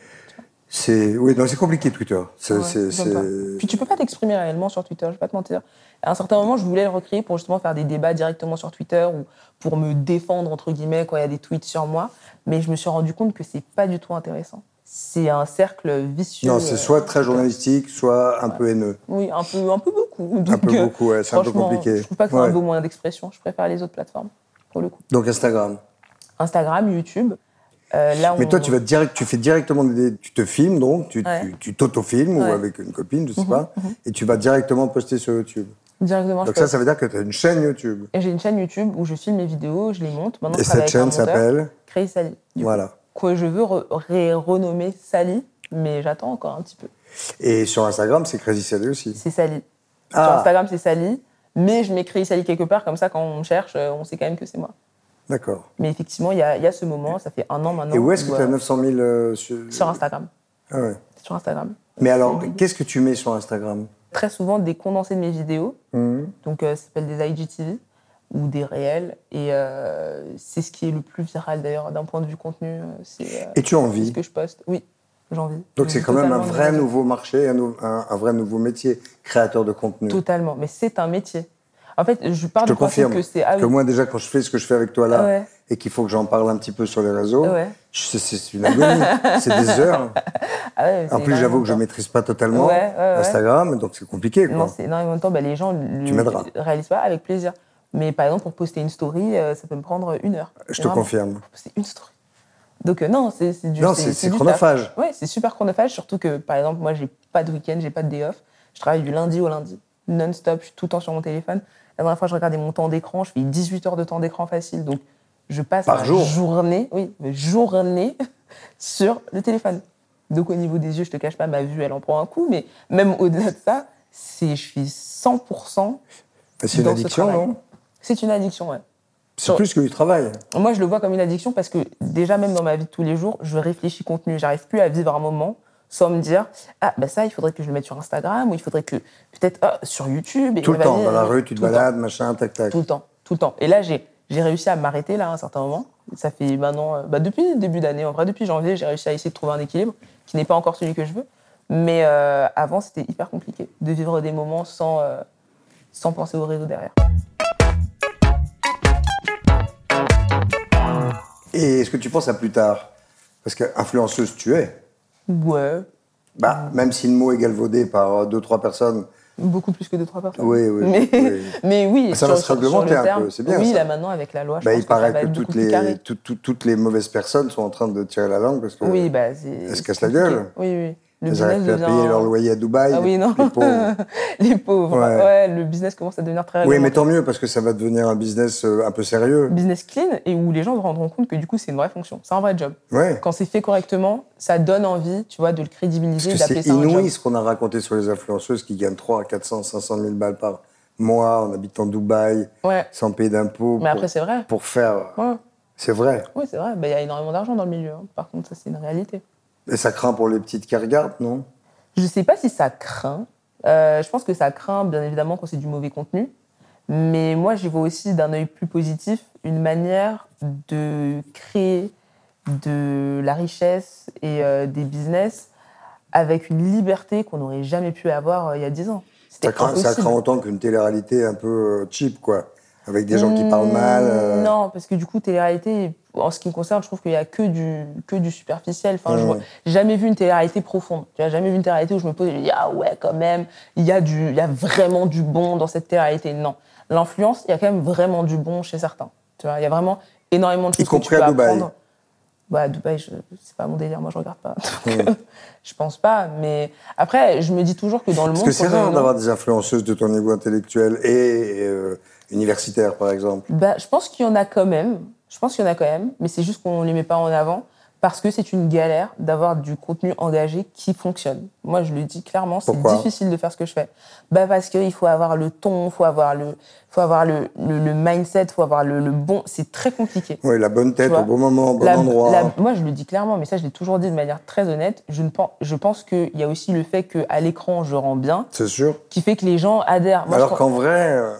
Speaker 3: C'est oui, non, c'est compliqué Twitter. C'est,
Speaker 4: Ouais,
Speaker 3: c'est,
Speaker 4: j'aime pas.
Speaker 3: c'est-
Speaker 4: Puis tu peux pas t'exprimer réellement sur Twitter, je vais pas te mentir. À un certain moment, je voulais le recréer pour justement faire des débats directement sur Twitter ou pour me défendre, entre guillemets, quand il y a des tweets sur moi. Mais je me suis rendu compte que c'est pas du tout intéressant. C'est un cercle vicieux.
Speaker 3: Non, c'est
Speaker 4: euh,
Speaker 3: soit très journalistique, soit un peu haineux.
Speaker 4: Oui, un peu, un peu beaucoup.
Speaker 3: Un
Speaker 4: Donc,
Speaker 3: peu
Speaker 4: euh,
Speaker 3: beaucoup, ouais, c'est un peu
Speaker 4: franchement,
Speaker 3: compliqué.
Speaker 4: Je trouve pas que c'est
Speaker 3: Ouais.
Speaker 4: un beau moyen d'expression. Je préfère les autres plateformes, pour le coup.
Speaker 3: Donc Instagram.
Speaker 4: Instagram, YouTube. euh, là,
Speaker 3: Mais
Speaker 4: on-
Speaker 3: toi, tu vas direct, tu fais directement, des- tu te filmes donc, tu,
Speaker 4: Ouais.
Speaker 3: tu, tu t'autofilmes
Speaker 4: Ouais.
Speaker 3: ou avec une copine, je sais pas, et tu vas directement poster sur YouTube.
Speaker 4: Directement, je
Speaker 3: donc ça,
Speaker 4: poste.
Speaker 3: ça veut dire que tu as une chaîne YouTube.
Speaker 4: Et J'ai une chaîne YouTube où je filme mes vidéos, je les monte. Maintenant,
Speaker 3: et
Speaker 4: je travaille
Speaker 3: cette chaîne
Speaker 4: avec un monteur.
Speaker 3: s'appelle,
Speaker 4: Créer Sally. du coup.
Speaker 3: voilà.
Speaker 4: que je veux re- ré- renommer Sally, mais j'attends encore un petit peu.
Speaker 3: Et sur Instagram, c'est Crazy Sally aussi.
Speaker 4: C'est Sally. Sur
Speaker 3: Ah,
Speaker 4: Instagram, c'est Sally, mais je m'écris Sally quelque part, comme ça, quand on me cherche, euh, on sait quand même que c'est moi.
Speaker 3: d'accord.
Speaker 4: Mais effectivement, il y a, il y a ce moment, ça fait un an maintenant.
Speaker 3: Et où est-ce que tu as
Speaker 4: euh,
Speaker 3: 900 000 euh, sur...
Speaker 4: Sur Instagram.
Speaker 3: Ah ouais.
Speaker 4: Sur Instagram.
Speaker 3: Mais alors, qu'est-ce que tu mets sur Instagram
Speaker 4: Très souvent, des condensés de mes vidéos,
Speaker 3: Mhm.
Speaker 4: donc euh, ça s'appelle des IGTV ou des réels, et euh, c'est ce qui est le plus viral d'ailleurs d'un point de vue contenu. euh, C'est euh,
Speaker 3: Et tu en
Speaker 4: c'est ce
Speaker 3: vis
Speaker 4: que je poste. Oui, j'en vis.
Speaker 3: Donc
Speaker 4: Je
Speaker 3: c'est
Speaker 4: vis
Speaker 3: quand même un
Speaker 4: totalement de
Speaker 3: vrai
Speaker 4: mes-
Speaker 3: nouveau marché, un, nou- un- un vrai nouveau métier, créateur de contenu.
Speaker 4: Totalement, mais c'est un métier. En fait, je parle
Speaker 3: Je te
Speaker 4: du principe
Speaker 3: confirme.
Speaker 4: que c'est. Ah
Speaker 3: Parce que
Speaker 4: oui,
Speaker 3: moi déjà quand je fais ce que je fais avec toi là
Speaker 4: Ouais.
Speaker 3: et qu'il faut que j'en parle un petit peu sur les réseaux,
Speaker 4: Ouais.
Speaker 3: je sais, c'est une agonie, c'est des heures.
Speaker 4: ah ouais,
Speaker 3: En
Speaker 4: c'est
Speaker 3: plus j'avoue que je
Speaker 4: énormément de
Speaker 3: maîtrise pas totalement
Speaker 4: Ouais, ouais, ouais.
Speaker 3: Instagram, donc c'est compliqué.
Speaker 4: temps.
Speaker 3: Quoi.
Speaker 4: Non, c'est énormément de temps. Bah, les gens
Speaker 3: Tu m'aideras.
Speaker 4: ne réalisent pas avec plaisir. Mais par exemple, pour poster une story, euh, ça peut me prendre une heure.
Speaker 3: je te
Speaker 4: Vraiment,
Speaker 3: confirme.
Speaker 4: pour poster une story. Donc euh, non, c'est c'est du
Speaker 3: Non, c'est- c'est chronophage.
Speaker 4: Oui, c'est super chronophage, surtout que par exemple, moi, j'ai pas de week-end, j'ai pas de day off. Je travaille du lundi au lundi, non-stop, je suis tout le temps sur mon téléphone. La dernière fois, je regardais mon temps d'écran, je fais 18 heures de temps d'écran facile. Donc je passe
Speaker 3: Par
Speaker 4: ma
Speaker 3: jour.
Speaker 4: journée, oui, ma journée sur le téléphone. Donc au niveau des yeux, je te cache pas, ma vue, elle en prend un coup, mais même au-delà de ça, c'est je suis 100%
Speaker 3: C'est une
Speaker 4: dans ce
Speaker 3: addiction,
Speaker 4: travail.
Speaker 3: non
Speaker 4: C'est une addiction, ouais.
Speaker 3: C'est plus que du travail.
Speaker 4: Moi, je le vois comme une addiction parce que déjà, même dans ma vie de tous les jours, je réfléchis contenu. J'arrive plus à vivre un moment sans me dire Ah, bah ça, il faudrait que je le mette sur Instagram ou il faudrait que peut-être ah, sur YouTube. Et
Speaker 3: Tout le
Speaker 4: vas-y,
Speaker 3: temps, dans la
Speaker 4: euh,
Speaker 3: rue, tu te
Speaker 4: tout le temps,
Speaker 3: balades, machin, tac, tac.
Speaker 4: Tout le temps, tout le temps. Et là, j'ai j'ai réussi à m'arrêter là à un certain moment. Ça fait maintenant, euh, bah, depuis le début d'année, en vrai, depuis janvier, j'ai réussi à essayer de trouver un équilibre qui n'est pas encore celui que je veux. Mais euh, avant, c'était hyper compliqué de vivre des moments sans, euh, sans penser au réseau derrière.
Speaker 3: Et est-ce que tu penses à plus tard Parce qu'influenceuse, tu es.
Speaker 4: Ouais,
Speaker 3: Bah,
Speaker 4: Mm.
Speaker 3: même si le mot est galvaudé par euh, deux, trois personnes,
Speaker 4: beaucoup plus que deux, trois personnes.
Speaker 3: oui, oui.
Speaker 4: Mais
Speaker 3: oui.
Speaker 4: mais oui,
Speaker 3: Ah, Ça va se réglementer
Speaker 4: le
Speaker 3: un
Speaker 4: terme,
Speaker 3: peu, c'est bien,
Speaker 4: Oui,
Speaker 3: ça.
Speaker 4: là maintenant avec la loi, je
Speaker 3: Bah,
Speaker 4: pense
Speaker 3: il paraît
Speaker 4: ça va
Speaker 3: que
Speaker 4: être
Speaker 3: toutes
Speaker 4: beaucoup plus carré.
Speaker 3: les, tout- tout- toutes les mauvaises personnes sont en train de tirer la langue parce que
Speaker 4: Oui, bah
Speaker 3: euh, elles
Speaker 4: c'est.
Speaker 3: se
Speaker 4: c'est
Speaker 3: cassent la
Speaker 4: compliqué.
Speaker 3: gueule.
Speaker 4: Oui, oui. Le
Speaker 3: elles n'arrivent plus à
Speaker 4: devient-
Speaker 3: payer leur loyer à Dubaï.
Speaker 4: Ah oui,
Speaker 3: les-
Speaker 4: non.
Speaker 3: les pauvres.
Speaker 4: Les pauvres.
Speaker 3: Ouais.
Speaker 4: Ouais. le business commence à devenir très.
Speaker 3: oui, mais
Speaker 4: réglementé.
Speaker 3: tant mieux parce que ça va devenir un business euh, un peu sérieux.
Speaker 4: Business clean et où les gens se rendront compte que du coup c'est une vraie fonction, c'est un vrai job.
Speaker 3: Ouais.
Speaker 4: Quand c'est fait correctement, ça donne envie, tu vois, de le
Speaker 3: Parce
Speaker 4: crédibiliser,
Speaker 3: que
Speaker 4: d'appeler
Speaker 3: c'est
Speaker 4: ça un job.
Speaker 3: inouï ce qu'on a raconté sur les influenceuses qui gagnent 3, 400, 500 000 balles par, mois en habitant Dubaï,
Speaker 4: Ouais.
Speaker 3: sans payer d'impôts.
Speaker 4: Mais
Speaker 3: pour-
Speaker 4: après, c'est vrai.
Speaker 3: Pour faire.
Speaker 4: Ouais.
Speaker 3: C'est vrai.
Speaker 4: Oui, c'est vrai. Bah, Il y a énormément d'argent dans le milieu. hein. Par contre, ça, c'est une réalité.
Speaker 3: Et ça craint pour les petites qui regardent, non
Speaker 4: Je sais pas si ça craint. Euh, je pense que ça craint, bien évidemment, quand c'est du mauvais contenu. Mais moi, j'y vois aussi d'un œil plus positif une manière de créer de la richesse et euh, des business avec une liberté qu'on n'aurait jamais pu avoir euh, il y a 10 ans. C'était
Speaker 3: ça craint, ça
Speaker 4: impossible.
Speaker 3: craint autant qu'une télé-réalité un peu euh, cheap, quoi. Avec des gens qui parlent mal. euh,
Speaker 4: Mmh, Non, parce que du coup, télé-réalité, en ce qui me concerne, je trouve qu'il n'y a que du, que du superficiel. Enfin, je
Speaker 3: Mmh.
Speaker 4: vois- j'ai jamais vu une télé-réalité profonde. Tu vois, jamais vu une télé-réalité où je me pose et je me dis, ah ouais, quand même, il y, a du- il y a vraiment du bon dans cette télé-réalité. Non. L'influence, il y a quand même vraiment du bon chez certains. Tu vois, il y a vraiment énormément de choses que tu
Speaker 3: compris
Speaker 4: peux
Speaker 3: à Dubaï.
Speaker 4: apprendre. Bah, à Dubaï, je- c'est pas mon délire, moi je regarde pas. Donc, euh, je pense pas, mais après, je me dis toujours que dans le
Speaker 3: Parce
Speaker 4: monde.
Speaker 3: que c'est
Speaker 4: quand j'ai-
Speaker 3: rare
Speaker 4: non.
Speaker 3: d'avoir des influenceuses de ton niveau intellectuel et euh, universitaire, par exemple.
Speaker 4: Bah, je pense qu'il y en a quand même. Je pense qu'il y en a quand même, mais c'est juste qu'on ne les met pas en avant parce que c'est une galère d'avoir du contenu engagé qui fonctionne. Moi, je le dis clairement, c'est
Speaker 3: Pourquoi
Speaker 4: difficile de faire ce que je fais. Bah parce qu'il faut avoir le ton, faut avoir le, faut avoir le, le, le mindset, faut avoir le, le bon. C'est très compliqué.
Speaker 3: Oui, la bonne tête
Speaker 4: Tu vois,
Speaker 3: au bon moment, au bon
Speaker 4: La-
Speaker 3: endroit.
Speaker 4: la- moi, je le dis clairement, mais ça, je l'ai toujours dit de manière très honnête. Je ne pense, je pense qu'il y a aussi le fait qu'à l'écran, je rends bien,
Speaker 3: C'est sûr.
Speaker 4: qui fait que les gens adhèrent. Moi, je
Speaker 3: Alors
Speaker 4: pense-
Speaker 3: qu'en vrai, euh,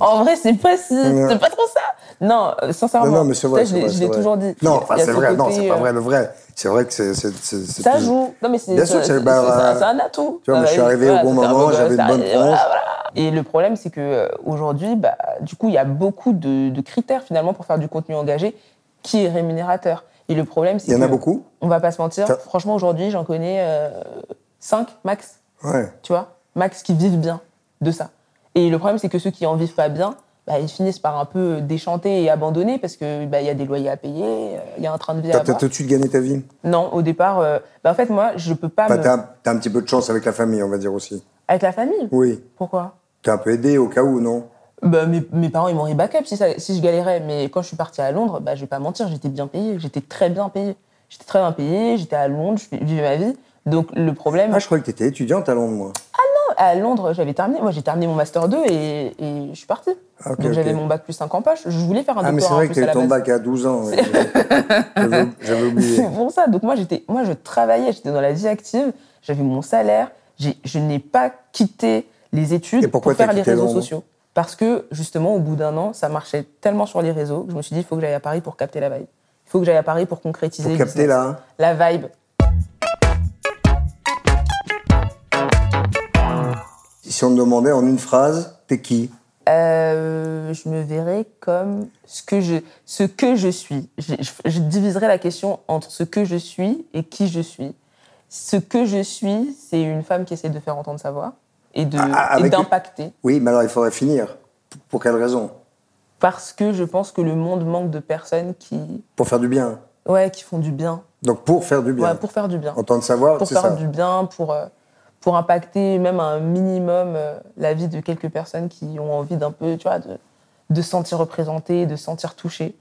Speaker 4: En vrai, c'est pas si,
Speaker 3: Non.
Speaker 4: c'est pas trop ça. Non, euh, sincèrement.
Speaker 3: non, non, mais c'est vrai.
Speaker 4: Ça,
Speaker 3: c'est
Speaker 4: je l'ai-
Speaker 3: vrai,
Speaker 4: je
Speaker 3: c'est
Speaker 4: l'ai
Speaker 3: vrai.
Speaker 4: toujours dit.
Speaker 3: Non,
Speaker 4: Il y a
Speaker 3: enfin,
Speaker 4: ce
Speaker 3: c'est vrai. Non,
Speaker 4: côté,
Speaker 3: c'est pas
Speaker 4: euh,
Speaker 3: vrai le vrai. C'est vrai que c'est. c'est- c'est- c'est
Speaker 4: Ça
Speaker 3: plus-
Speaker 4: joue. Non, mais c'est
Speaker 3: Bien
Speaker 4: c'est-
Speaker 3: sûr que c'est-
Speaker 4: c'est-
Speaker 3: bah,
Speaker 4: c'est-
Speaker 3: bah,
Speaker 4: c'est un atout.
Speaker 3: Tu vois, moi, je suis
Speaker 4: oui,
Speaker 3: arrivé au bon
Speaker 4: c'est un
Speaker 3: moment,
Speaker 4: peu
Speaker 3: j'avais
Speaker 4: comme
Speaker 3: une bonne
Speaker 4: ça, et voilà,
Speaker 3: tronche.
Speaker 4: voilà. Et le problème, c'est que euh, aujourd'hui, bah, du coup, il y a beaucoup de, de critères finalement pour faire du contenu engagé qui est rémunérateur. Et le problème, c'est
Speaker 3: Il y en a
Speaker 4: que-
Speaker 3: beaucoup
Speaker 4: On va pas se mentir.
Speaker 3: Ça-
Speaker 4: Franchement, aujourd'hui, j'en connais 5 max
Speaker 3: Ouais.
Speaker 4: tu vois, max qui vivent bien de ça. Et le problème, c'est que ceux qui en vivent pas bien, bah, ils finissent par un peu déchanter et abandonner parce que bah, il y a des loyers à payer, euh, il y a un train de vie à
Speaker 3: T'as t'as
Speaker 4: avoir.
Speaker 3: tout de suite gagné ta vie.
Speaker 4: Non, au départ, euh, bah, en fait, moi, je peux pas.
Speaker 3: Enfin,
Speaker 4: me-
Speaker 3: T'as un- t'as un petit peu de chance avec la famille, on va dire aussi.
Speaker 4: Avec la famille
Speaker 3: Oui.
Speaker 4: Pourquoi
Speaker 3: T'es un peu aidé au cas où, non
Speaker 4: bah, mes, mes parents, ils m'auraient backup si, ça- si je galérais. Mais quand je suis partie à Londres, bah, je vais pas mentir, j'étais bien payée. J'étais très bien payée. J'étais très bien payée, j'étais à Londres, je vivais ma vie. Donc le problème.
Speaker 3: Ah, je croyais que t'étais étudiante à Londres, moi.
Speaker 4: à Londres, j'avais terminé. Moi, j'ai terminé mon master 2 et, et je suis partie.
Speaker 3: Ah, ok,
Speaker 4: Donc j'avais
Speaker 3: ok.
Speaker 4: mon bac plus 5 en poche. Je voulais faire un
Speaker 3: Ah, mais c'est
Speaker 4: doctorat en
Speaker 3: vrai que
Speaker 4: plus à
Speaker 3: t'as eu
Speaker 4: la
Speaker 3: ton
Speaker 4: base.
Speaker 3: bac à 12 ans. ouais. J'avais j'avais oublié.
Speaker 4: C'est pour ça. Donc moi, j'étais, moi, je travaillais, j'étais dans la vie active, j'avais mon salaire. J'ai- Je n'ai pas quitté les études
Speaker 3: Et pourquoi
Speaker 4: pour faire
Speaker 3: t'as
Speaker 4: les
Speaker 3: quitté
Speaker 4: réseaux
Speaker 3: Londres
Speaker 4: sociaux. Parce que justement, au bout d'un an, ça marchait tellement sur les réseaux que je me suis dit, il faut que j'aille à Paris pour capter la vibe. Il faut que j'aille à Paris pour concrétiser
Speaker 3: Pour
Speaker 4: le
Speaker 3: capter
Speaker 4: business.
Speaker 3: là.
Speaker 4: la vibe.
Speaker 3: Si on te demandait en une phrase, t'es qui
Speaker 4: Euh, je me verrais comme ce que je, ce que je suis. Je, je- je diviserais la question entre ce que je suis et qui je suis. Ce que je suis, c'est une femme qui essaie de faire entendre sa voix et de-
Speaker 3: Ah, ah,
Speaker 4: et
Speaker 3: avec-
Speaker 4: d'impacter.
Speaker 3: Oui, mais alors il faudrait finir. P- Pour quelle raison
Speaker 4: Parce que je pense que le monde manque de personnes qui,
Speaker 3: Pour faire du bien.
Speaker 4: ouais, qui font du bien.
Speaker 3: Donc pour faire du bien.
Speaker 4: Ouais, pour faire du bien.
Speaker 3: En temps de savoir,
Speaker 4: Pour
Speaker 3: c'est
Speaker 4: faire
Speaker 3: ça.
Speaker 4: du bien, pour, euh, pour impacter même un minimum euh, la vie de quelques personnes qui ont envie d'un peu, tu vois, de, de se sentir représentées, de se sentir touchées.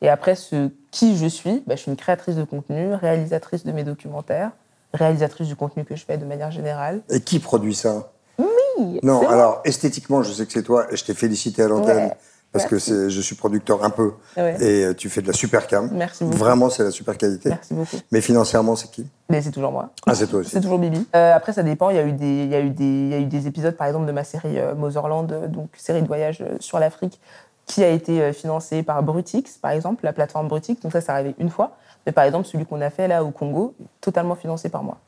Speaker 4: Et après, ce qui je suis, bah, je suis une créatrice de contenu, réalisatrice de mes documentaires, réalisatrice du contenu que je fais de manière générale.
Speaker 3: Et qui produit ça
Speaker 4: Oui,
Speaker 3: Non,
Speaker 4: c'est moi.
Speaker 3: alors esthétiquement, je sais que c'est toi et je t'ai félicité à l'antenne.
Speaker 4: Ouais,
Speaker 3: Parce que
Speaker 4: merci.
Speaker 3: c'est- je suis producteur un peu.
Speaker 4: Ouais. Mmh.
Speaker 3: Et euh, tu fais de la super cam.
Speaker 4: Merci beaucoup.
Speaker 3: Vraiment, c'est la super qualité.
Speaker 4: Merci beaucoup.
Speaker 3: Mais financièrement, c'est qui
Speaker 4: Mais c'est toujours moi.
Speaker 3: Ah, c'est toi aussi.
Speaker 4: C'est toujours Bibi. Euh, après, ça dépend. Il y, a eu des, il, y a eu des, il y a eu des épisodes, par exemple, de ma série euh, Motherland, euh, donc série de voyage euh, sur l'Afrique, qui a été euh, financée par Brutix, par exemple, la plateforme Brutix. Donc ça, ça arrivé une fois. Mais par exemple, celui qu'on a fait là au Congo, totalement financé par moi.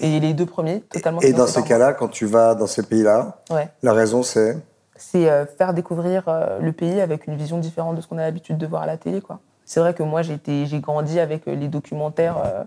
Speaker 4: Et les deux premiers, totalement
Speaker 3: Et dans
Speaker 4: financés
Speaker 3: ces
Speaker 4: par moi.
Speaker 3: cas-là, quand tu vas dans ces pays-là,
Speaker 4: Ouais.
Speaker 3: la raison, c'est
Speaker 4: C'est euh, faire découvrir euh, le pays avec une vision différente de ce qu'on a l'habitude de voir à la télé. quoi. C'est vrai que moi, j'ai été- j'ai grandi avec euh, les documentaires, euh,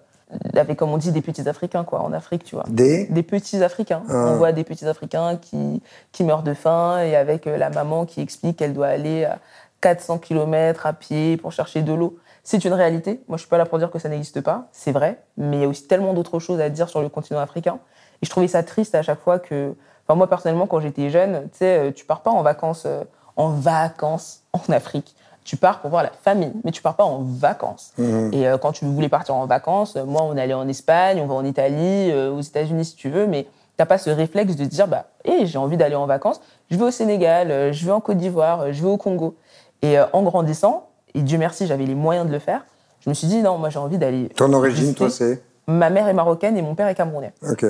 Speaker 4: avec, comme on dit, des petits Africains, quoi, en Afrique, tu vois
Speaker 3: des...
Speaker 4: des petits Africains.
Speaker 3: Ah.
Speaker 4: On voit des petits Africains qui, qui meurent de faim et avec euh, la maman qui explique qu'elle doit aller à 400 km à pied pour chercher de l'eau. C'est une réalité. Moi, je suis pas là pour dire que ça n'existe pas. C'est vrai. Mais il y a aussi tellement d'autres choses à dire sur le continent africain. Et je trouvais ça triste à chaque fois que. Enfin, moi, personnellement, quand j'étais jeune, tu sais, euh, tu pars pas en vacances, euh, en vacances en Afrique. Tu pars pour voir la famille, mais tu pars pas en vacances.
Speaker 3: Mmh.
Speaker 4: Et euh, quand tu voulais partir en vacances, euh, moi, on allait en Espagne, on va en Italie, euh, aux États-Unis si tu veux, mais t'as pas ce réflexe de dire bah hey, j'ai envie d'aller en vacances, je vais au Sénégal, euh, je vais en Côte d'Ivoire, euh, je vais au Congo. Et euh, en grandissant, et Dieu merci, j'avais les moyens de le faire, je me suis dit non, moi j'ai envie d'aller.
Speaker 3: Ton origine,
Speaker 4: visiter.
Speaker 3: toi, c'est
Speaker 4: Ma mère est marocaine et mon père est camerounais.
Speaker 3: Ok.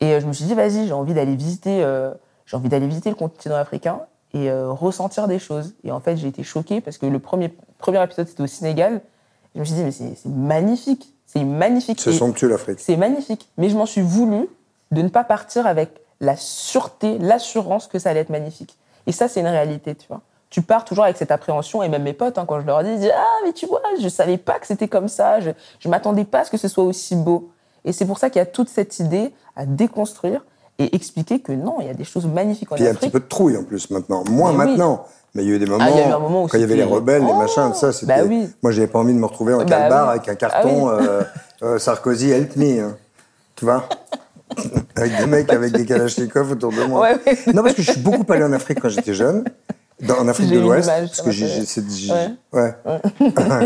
Speaker 4: Et euh, je me suis dit vas-y, j'ai envie d'aller visiter, euh, j'ai envie d'aller visiter le continent africain et euh, ressentir des choses. Et en fait, j'ai été choquée parce que le premier premier épisode c'était au Sénégal. Je me suis dit mais c'est c'est magnifique, c'est magnifique.
Speaker 3: C'est
Speaker 4: Et-
Speaker 3: somptueux, l'Afrique.
Speaker 4: c'est magnifique. Mais je m'en suis voulu de ne pas partir avec la sûreté, l'assurance que ça allait être magnifique. Et ça, c'est une réalité, tu vois. Tu pars toujours avec cette appréhension, et même mes potes, hein, quand je leur dis, ils disent Ah, mais tu vois, je savais pas que c'était comme ça, je, je m'attendais pas à ce que ce soit aussi beau. Et c'est pour ça qu'il y a toute cette idée à déconstruire et expliquer que non, il y a des choses magnifiques en
Speaker 3: Puis il y a un petit
Speaker 4: Afrique.
Speaker 3: peu de trouille en plus maintenant. Moins
Speaker 4: Mais oui.
Speaker 3: maintenant. Mais il y a eu des moments,
Speaker 4: Ah, il y a eu un moment où
Speaker 3: quand il y avait les
Speaker 4: c'était-
Speaker 3: rebelles, les
Speaker 4: Oh
Speaker 3: machins, ça c'était.
Speaker 4: Bah oui.
Speaker 3: Moi j'avais pas envie de me retrouver en
Speaker 4: Bah
Speaker 3: calbar
Speaker 4: oui.
Speaker 3: avec un carton
Speaker 4: Ah oui.
Speaker 3: euh, euh, Sarkozy help me, hein. tu vois, avec des mecs avec des kalachnikovs autour de moi.
Speaker 4: Ouais, ouais.
Speaker 3: Non parce que je suis beaucoup allé en Afrique quand j'étais jeune, dans, en Afrique
Speaker 4: J'ai
Speaker 3: de
Speaker 4: une
Speaker 3: l'Ouest,
Speaker 4: image,
Speaker 3: parce
Speaker 4: ça
Speaker 3: que
Speaker 4: m'a
Speaker 3: j'ai,
Speaker 4: fait-
Speaker 3: j'ai- c'est- j'ai-
Speaker 4: Ouais.
Speaker 3: ouais.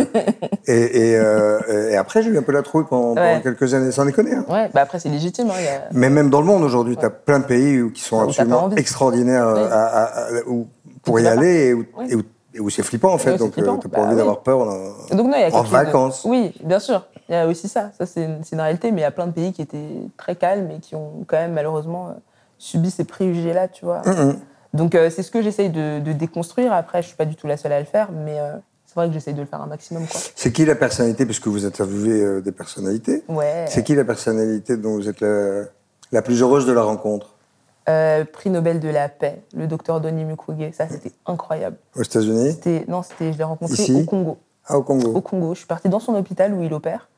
Speaker 3: et, et, euh, et après j'ai eu un peu la trouille pendant, pendant
Speaker 4: Ouais.
Speaker 3: quelques années, sans déconner. hein.
Speaker 4: Ouais, bah après, c'est légitime. hein, il y a-
Speaker 3: Mais même dans le monde aujourd'hui, tu as plein de pays où- qui sont
Speaker 4: Où t'as pas
Speaker 3: absolument
Speaker 4: envie.
Speaker 3: extraordinaires euh,
Speaker 4: Ouais.
Speaker 3: à- à- à- où- pour
Speaker 4: Tu
Speaker 3: y
Speaker 4: vas
Speaker 3: aller et où,
Speaker 4: Ouais.
Speaker 3: et où- et où c'est flippant en fait.
Speaker 4: Ouais, c'est
Speaker 3: donc euh,
Speaker 4: flippant.
Speaker 3: t'as pas
Speaker 4: Bah
Speaker 3: envie
Speaker 4: oui.
Speaker 3: d'avoir peur. dans-
Speaker 4: Donc non, il y a
Speaker 3: En
Speaker 4: quelque chose de-
Speaker 3: vacances.
Speaker 4: Oui, bien sûr. Il y a aussi ça. Ça, c'est une, c'est une réalité. Mais il y a plein de pays qui étaient très calmes et qui ont quand même malheureusement euh, subi ces préjugés-là, tu vois.
Speaker 3: Hum,
Speaker 4: Donc euh, c'est ce que j'essaye de, de déconstruire. Après, je suis pas du tout la seule à le faire, mais euh, c'est vrai que j'essaye de le faire un maximum, quoi.
Speaker 3: C'est qui la personnalité, puisque vous interviewez euh, des personnalités
Speaker 4: Ouais.
Speaker 3: C'est qui la personnalité dont vous êtes la, la plus heureuse de la rencontre
Speaker 4: Euh, prix Nobel de la paix, le docteur Denis Mukwege, ça c'était incroyable.
Speaker 3: Aux États-Unis
Speaker 4: C'était non, c'était je l'ai rencontré
Speaker 3: Ici
Speaker 4: au Congo.
Speaker 3: Ah, au Congo.
Speaker 4: au Congo. Je suis partie dans son hôpital où il opère.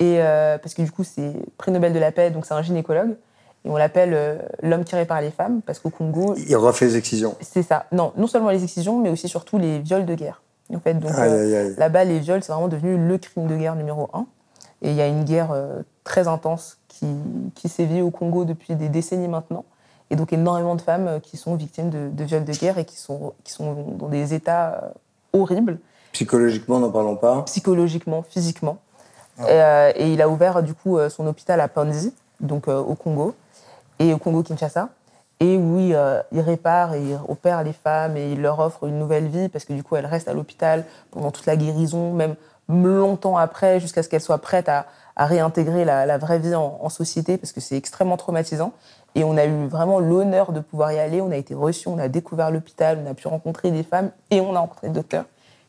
Speaker 4: Et euh, parce que du coup, c'est prix Nobel de la paix, donc c'est un gynécologue. Et on l'appelle euh, l'homme tiré par les femmes, parce qu'au Congo,
Speaker 3: Il refait les excisions.
Speaker 4: c'est ça. Non, non seulement les excisions, mais aussi surtout les viols de guerre. En fait, donc
Speaker 3: Aïe,
Speaker 4: euh,
Speaker 3: aïe, aïe.
Speaker 4: là-bas, les viols, c'est vraiment devenu le crime de guerre numéro un. Et il y a une guerre euh, très intense qui, qui sévit au Congo depuis des décennies maintenant. Et donc énormément de femmes euh, qui sont victimes de, de viols de guerre et qui sont, qui sont dans des états euh, horribles
Speaker 3: Psychologiquement, n'en parlons pas.
Speaker 4: psychologiquement, physiquement. Et, euh, et il a ouvert du coup euh, son hôpital à Panzi, donc euh, au Congo, et au Congo-Kinshasa. Et où il, euh, il répare et il opère les femmes et il leur offre une nouvelle vie parce que du coup elles restent à l'hôpital pendant toute la guérison, même longtemps après, jusqu'à ce qu'elles soient prêtes à, à réintégrer la, la vraie vie en, en société parce que c'est extrêmement traumatisant. Et on a eu vraiment l'honneur de pouvoir y aller. On a été reçus, on a découvert l'hôpital, on a pu rencontrer des femmes et on a rencontré le docteur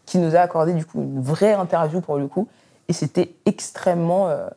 Speaker 4: qui nous a accordé du coup une vraie interview pour le coup. Et c'était extrêmement. euh,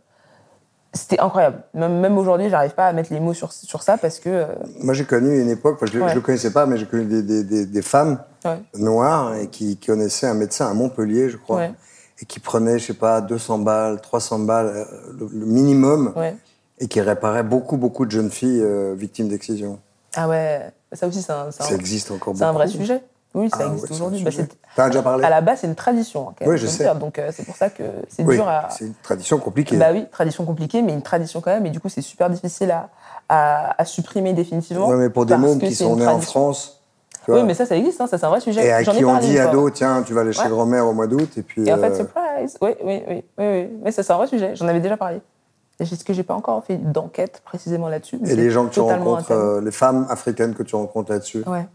Speaker 4: c'était incroyable. Même, même aujourd'hui, j'arrive pas à mettre les mots sur, sur ça parce que. euh,
Speaker 3: Moi, j'ai connu une époque, enfin, je ne
Speaker 4: Ouais.
Speaker 3: le connaissais pas, mais j'ai connu des, des- des- des femmes
Speaker 4: Ouais.
Speaker 3: noires et qui connaissaient un médecin à Montpellier, je crois,
Speaker 4: Ouais.
Speaker 3: et qui prenait, je sais pas, 200 balles, 300 balles, euh, le, le minimum,
Speaker 4: ouais.
Speaker 3: et qui réparait beaucoup, beaucoup de jeunes filles euh, victimes d'excision.
Speaker 4: Ah ouais, ça aussi, c'est un, c'est un-
Speaker 3: Ça existe encore beaucoup.
Speaker 4: Ah, c'est un vrai sujet. Oui,
Speaker 3: Ah
Speaker 4: ça
Speaker 3: ouais,
Speaker 4: existe
Speaker 3: c'est un
Speaker 4: aujourd'hui. Bah,
Speaker 3: sujet.
Speaker 4: c'est-
Speaker 3: T'en as déjà parlé
Speaker 4: à la base, c'est une tradition. hein, quand même,
Speaker 3: Oui, je
Speaker 4: faut le
Speaker 3: sais.
Speaker 4: dire. Donc euh, c'est pour ça que c'est
Speaker 3: Oui,
Speaker 4: dur à.
Speaker 3: c'est une tradition compliquée.
Speaker 4: Bah oui, tradition compliquée, mais une tradition quand même. Et du coup, c'est super difficile à, à, à supprimer définitivement.
Speaker 3: Ouais, mais pour des
Speaker 4: parce
Speaker 3: mômes
Speaker 4: que
Speaker 3: qui
Speaker 4: c'est
Speaker 3: sont
Speaker 4: une
Speaker 3: nés en
Speaker 4: tradition.
Speaker 3: France, tu vois,
Speaker 4: Oui, mais ça, ça existe, hein, ça, c'est un vrai sujet.
Speaker 3: et à
Speaker 4: J'en ai
Speaker 3: qui on
Speaker 4: parlé
Speaker 3: dit
Speaker 4: une fois.
Speaker 3: ado, tiens, tu vas aller chez
Speaker 4: Ouais.
Speaker 3: grand-mère au mois d'août, et puis...
Speaker 4: Et en fait,
Speaker 3: euh,
Speaker 4: surprise Oui, oui, oui, oui, oui. Mais ça, c'est un vrai sujet. J'en avais déjà parlé. Et c'est ce que j'ai pas encore fait d'enquête précisément là-dessus. mais
Speaker 3: et
Speaker 4: c'est
Speaker 3: les gens que tu
Speaker 4: totalement
Speaker 3: rencontres,
Speaker 4: un thème.
Speaker 3: euh, les femmes africaines que tu rencontres là-dessus.
Speaker 4: Ouais.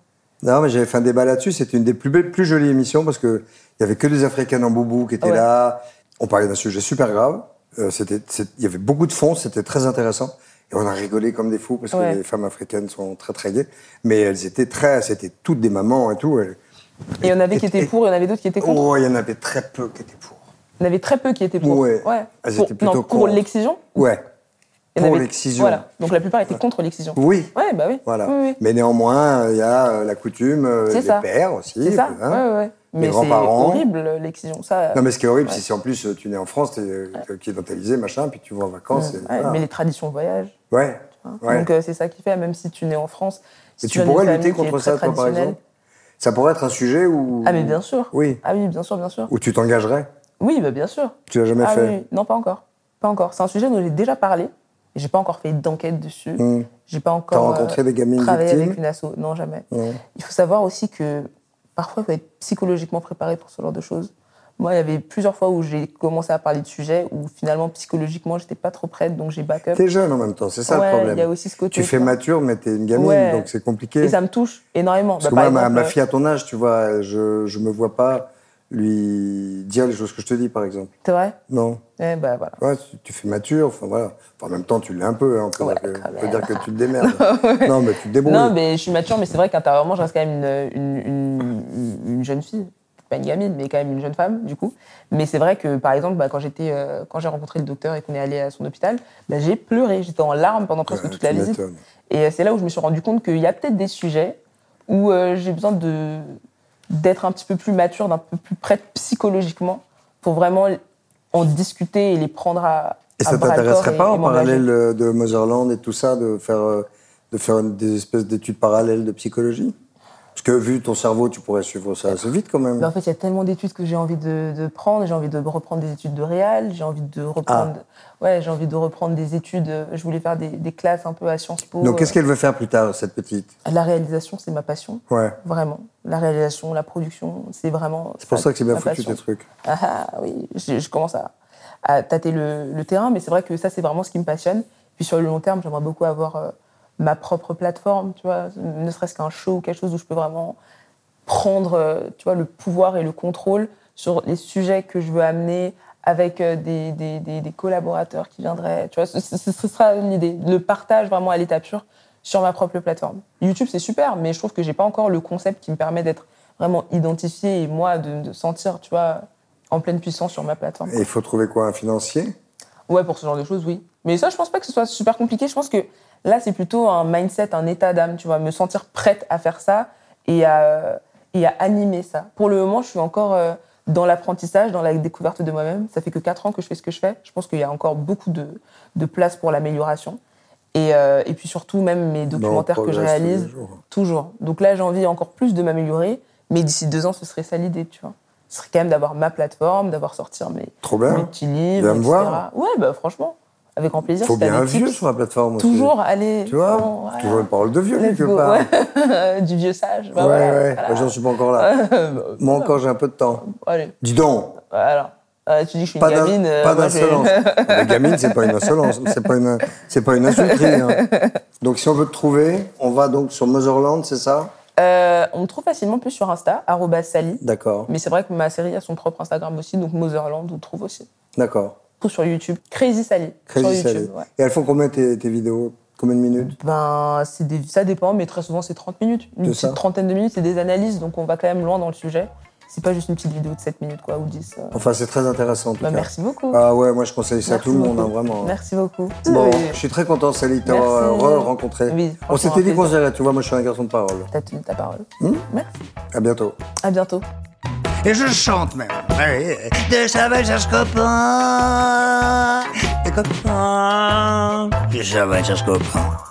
Speaker 3: Non, mais j'avais fait un débat là-dessus. C'était une des plus, belles- plus jolies émissions parce qu'il y avait que des Africaines en boubou qui étaient
Speaker 4: Ouais.
Speaker 3: là. On parlait d'un sujet super grave. Euh, c'était- c'est- Il y avait beaucoup de fonds, c'était très intéressant. Et on a rigolé comme des fous parce que
Speaker 4: Ouais.
Speaker 3: les femmes africaines sont très très gaies. Mais elles étaient très. C'était toutes des mamans et tout. Et-
Speaker 4: Et il y en avait qui
Speaker 3: et-
Speaker 4: étaient
Speaker 3: et-
Speaker 4: pour, il y en avait d'autres qui étaient contre.
Speaker 3: Oh, il y en avait très peu qui étaient pour.
Speaker 4: Il y en avait très peu qui étaient pour.
Speaker 3: Ouais. Elles
Speaker 4: Pour,
Speaker 3: étaient plutôt
Speaker 4: non, pour
Speaker 3: contre.
Speaker 4: l'excision
Speaker 3: Ouais.
Speaker 4: il y en
Speaker 3: Pour
Speaker 4: avait-
Speaker 3: l'excision.
Speaker 4: Voilà. Donc la plupart étaient contre l'excision.
Speaker 3: Oui.
Speaker 4: Ouais, bah oui.
Speaker 3: Voilà.
Speaker 4: Oui, oui.
Speaker 3: Mais néanmoins, il y a euh, la coutume, euh,
Speaker 4: C'est
Speaker 3: les
Speaker 4: ça.
Speaker 3: pères aussi.
Speaker 4: C'est ça.
Speaker 3: hein.
Speaker 4: ouais, ouais. Mais c'est
Speaker 3: grands-parents.
Speaker 4: horrible l'excision. Ça,
Speaker 3: Non, mais ce qui est horrible,
Speaker 4: Ouais.
Speaker 3: c'est si en plus euh, tu nais en France, t'es euh, occidentalisé, machin, puis tu vas en vacances.
Speaker 4: euh, ouais,
Speaker 3: et, voilà.
Speaker 4: Mais les traditions voyagent.
Speaker 3: Ouais.
Speaker 4: hein.
Speaker 3: Ouais.
Speaker 4: Donc euh, c'est ça qui fait, même si tu nais en France.
Speaker 3: Et
Speaker 4: Si
Speaker 3: tu
Speaker 4: viens d'une
Speaker 3: pourrais
Speaker 4: famille
Speaker 3: lutter
Speaker 4: qui est
Speaker 3: contre
Speaker 4: très
Speaker 3: ça, toi, par
Speaker 4: traditionnelle-
Speaker 3: exemple Ça pourrait être un sujet où.
Speaker 4: Ah, mais bien sûr.
Speaker 3: Oui.
Speaker 4: Ah oui, bien sûr, bien sûr.
Speaker 3: Où tu t'engagerais
Speaker 4: Oui, bah, bien sûr.
Speaker 3: Tu l'as jamais
Speaker 4: Ah
Speaker 3: fait
Speaker 4: oui, non, pas encore. Pas encore. C'est un sujet dont j'ai déjà parlé. et J'ai pas encore fait d'enquête dessus.
Speaker 3: Hmm.
Speaker 4: J'ai pas
Speaker 3: T'as
Speaker 4: encore
Speaker 3: rencontré
Speaker 4: euh,
Speaker 3: des gamines
Speaker 4: travaillé
Speaker 3: victimes
Speaker 4: avec une asso. Non, jamais.
Speaker 3: Non.
Speaker 4: Il faut savoir aussi que parfois, il faut être psychologiquement préparé pour ce genre de choses. Moi, il y avait plusieurs fois où j'ai commencé à parler de sujets où finalement, psychologiquement, j'étais pas trop prête, donc j'ai back up.
Speaker 3: T'es jeune en même temps, c'est ça
Speaker 4: Ouais,
Speaker 3: le problème.
Speaker 4: il y a aussi ce côté,
Speaker 3: Tu fais
Speaker 4: quoi.
Speaker 3: mature, mais t'es une gamine,
Speaker 4: Ouais.
Speaker 3: donc c'est compliqué.
Speaker 4: Et ça me touche énormément.
Speaker 3: Parce
Speaker 4: Bah,
Speaker 3: que
Speaker 4: par
Speaker 3: moi, ma,
Speaker 4: exemple,
Speaker 3: ma fille à ton âge, tu vois, je, je me vois pas lui dire les choses que je te dis, par exemple.
Speaker 4: C'est vrai
Speaker 3: Non.
Speaker 4: Eh ben voilà.
Speaker 3: Ouais, tu, tu fais mature, enfin voilà. Enfin, en même temps, tu l'es un peu, hein, on peut,
Speaker 4: Ouais,
Speaker 3: dire, que,
Speaker 4: quand
Speaker 3: on peut
Speaker 4: même.
Speaker 3: dire que tu te démerdes. Non, mais tu te débrouilles.
Speaker 4: Non, mais je suis mature, mais c'est vrai qu'intérieurement, je reste quand même une, une- une- une jeune fille. Pas une gamine, mais quand même une jeune femme, du coup. Mais c'est vrai que, par exemple, bah, quand j'étais, euh, quand j'ai rencontré le docteur et qu'on est allé à son hôpital, bah, j'ai pleuré. J'étais en larmes pendant presque
Speaker 3: Ouais,
Speaker 4: toute la
Speaker 3: Euh, tu
Speaker 4: visite.
Speaker 3: m'étonnes.
Speaker 4: Et euh, c'est là où je me suis rendu compte qu'il y a peut-être des sujets où euh, j'ai besoin de, d'être un petit peu plus mature, d'un peu plus prête psychologiquement pour vraiment en discuter et les prendre à.
Speaker 3: Et
Speaker 4: à
Speaker 3: ça
Speaker 4: bras-le-corps
Speaker 3: t'intéresserait
Speaker 4: et-
Speaker 3: pas
Speaker 4: et
Speaker 3: en
Speaker 4: m'engager.
Speaker 3: parallèle euh, de Motherland et tout ça, de faire, euh, de faire une- des espèces d'études parallèles de psychologie Parce que vu ton cerveau, tu pourrais suivre ça assez vite quand même.
Speaker 4: Mais en fait, il y a tellement d'études que j'ai envie de, de prendre. J'ai envie de reprendre des études de réal. J'ai envie de reprendre.
Speaker 3: Ah.
Speaker 4: Ouais, j'ai envie de reprendre des études. euh, Je voulais faire des, des classes un peu à Sciences Po.
Speaker 3: Donc
Speaker 4: euh.
Speaker 3: qu'est-ce qu'elle veut faire plus tard, cette petite
Speaker 4: La réalisation, c'est ma passion.
Speaker 3: Ouais.
Speaker 4: Vraiment. La réalisation, la production, c'est vraiment.
Speaker 3: C'est pour ça que c'est bien
Speaker 4: ma
Speaker 3: foutu
Speaker 4: passion.
Speaker 3: tes trucs.
Speaker 4: Ah ah, oui, je, je commence à, à tâter le, le terrain, mais c'est vrai que ça, c'est vraiment ce qui me passionne. Puis sur le long terme, j'aimerais beaucoup avoir euh, ma propre plateforme, tu vois, ne serait-ce qu'un show ou quelque chose où je peux vraiment prendre, euh, tu vois, le pouvoir et le contrôle sur les sujets que je veux amener avec euh, des, des- des- des collaborateurs qui viendraient, tu vois, ce, ce- ce sera une idée, le partage vraiment à l'état pur sur ma propre plateforme. YouTube, c'est super, mais je trouve que j'ai pas encore le concept qui me permet d'être vraiment identifié et moi de, de sentir, tu vois, en pleine puissance sur ma plateforme.
Speaker 3: Et il faut trouver quoi Un financier
Speaker 4: Ouais, pour ce genre de choses, oui. Mais ça, je pense pas que ce soit super compliqué. Je pense que là, c'est plutôt un mindset, un état d'âme, tu vois, me sentir prête à faire ça et à, et à animer ça. Pour le moment, je suis encore euh, dans l'apprentissage, dans la découverte de moi-même. Ça fait que 4 ans que je fais ce que je fais. Je pense qu'il y a encore beaucoup de, de place pour l'amélioration. Et, euh, et puis surtout, même mes documentaires que je
Speaker 3: progresse tous les
Speaker 4: réalise,
Speaker 3: jours.
Speaker 4: toujours. Donc là, j'ai envie encore plus de m'améliorer. Mais d'ici deux ans, ce serait ça l'idée, tu vois. Ce serait quand même d'avoir ma plateforme, d'avoir sortir mes,
Speaker 3: Trop bien.
Speaker 4: mes petits livres,
Speaker 3: Hein Viens me
Speaker 4: etc.
Speaker 3: voir.
Speaker 4: Ouais, bah franchement, avec grand plaisir.
Speaker 3: Faut
Speaker 4: si t'as
Speaker 3: bien un
Speaker 4: des tips,
Speaker 3: vieux sur la plateforme aussi.
Speaker 4: Toujours aller.
Speaker 3: Tu vois
Speaker 4: vraiment, voilà.
Speaker 3: Toujours une parole de vieux,
Speaker 4: Let's
Speaker 3: quelque
Speaker 4: go,
Speaker 3: part.
Speaker 4: ouais. du vieux sage. bah
Speaker 3: ouais,
Speaker 4: voilà,
Speaker 3: ouais.
Speaker 4: voilà.
Speaker 3: Moi, J'en suis pas encore là.
Speaker 4: Bah,
Speaker 3: Moi, encore, j'ai un peu de temps.
Speaker 4: Allez,
Speaker 3: Dis donc,
Speaker 4: voilà. Euh, tu dis que je suis
Speaker 3: pas
Speaker 4: une gamine.
Speaker 3: d'in-
Speaker 4: euh,
Speaker 3: pas
Speaker 4: moi, je-
Speaker 3: d'insolence. La gamine, c'est pas une insolence, c'est pas une, c'est pas une insulterie. hein. Donc, si on veut te trouver, on va donc sur Motherland, c'est ça
Speaker 4: Euh, on me trouve facilement plus sur Insta, arroba Sally.
Speaker 3: D'accord,
Speaker 4: Mais c'est vrai que ma série a son propre Instagram aussi, donc Motherland, on le trouve aussi.
Speaker 3: d'accord.
Speaker 4: Tout sur YouTube. Crazy Sally. sur
Speaker 3: Crazy
Speaker 4: YouTube,
Speaker 3: Sally.
Speaker 4: ouais.
Speaker 3: Et elles font combien tes, tes vidéos Combien de minutes
Speaker 4: Ben, c'est des- ça dépend, mais très souvent c'est 30 minutes. Une
Speaker 3: C'est
Speaker 4: petite
Speaker 3: ça.
Speaker 4: trentaine de minutes, c'est des analyses, donc on va quand même loin dans le sujet. C'est pas juste une petite vidéo de 7 minutes quoi, ou 10. euh.
Speaker 3: Enfin, c'est très intéressant en tout
Speaker 4: Bah,
Speaker 3: cas.
Speaker 4: merci beaucoup.
Speaker 3: Ah ouais, moi je conseille ça à tout le
Speaker 4: Merci
Speaker 3: monde, hein,
Speaker 4: beaucoup.
Speaker 3: vraiment.
Speaker 4: Merci beaucoup.
Speaker 3: Bon,
Speaker 4: Oui.
Speaker 3: je suis très content, Sally, de t'avoir
Speaker 4: Merci.
Speaker 3: euh, re-rencontré.
Speaker 4: Oui, franchement,
Speaker 3: on s'était
Speaker 4: un
Speaker 3: dit qu'on se Hmm
Speaker 4: plaisir.
Speaker 3: verrait, tu vois, moi je suis un garçon de parole.
Speaker 4: T'as tenu ta parole. Merci.
Speaker 3: À bientôt.
Speaker 4: À bientôt.
Speaker 2: Et je chante même. Ouais, De Chavannes cherche copain. Des copains. De Chavannes cherche copain.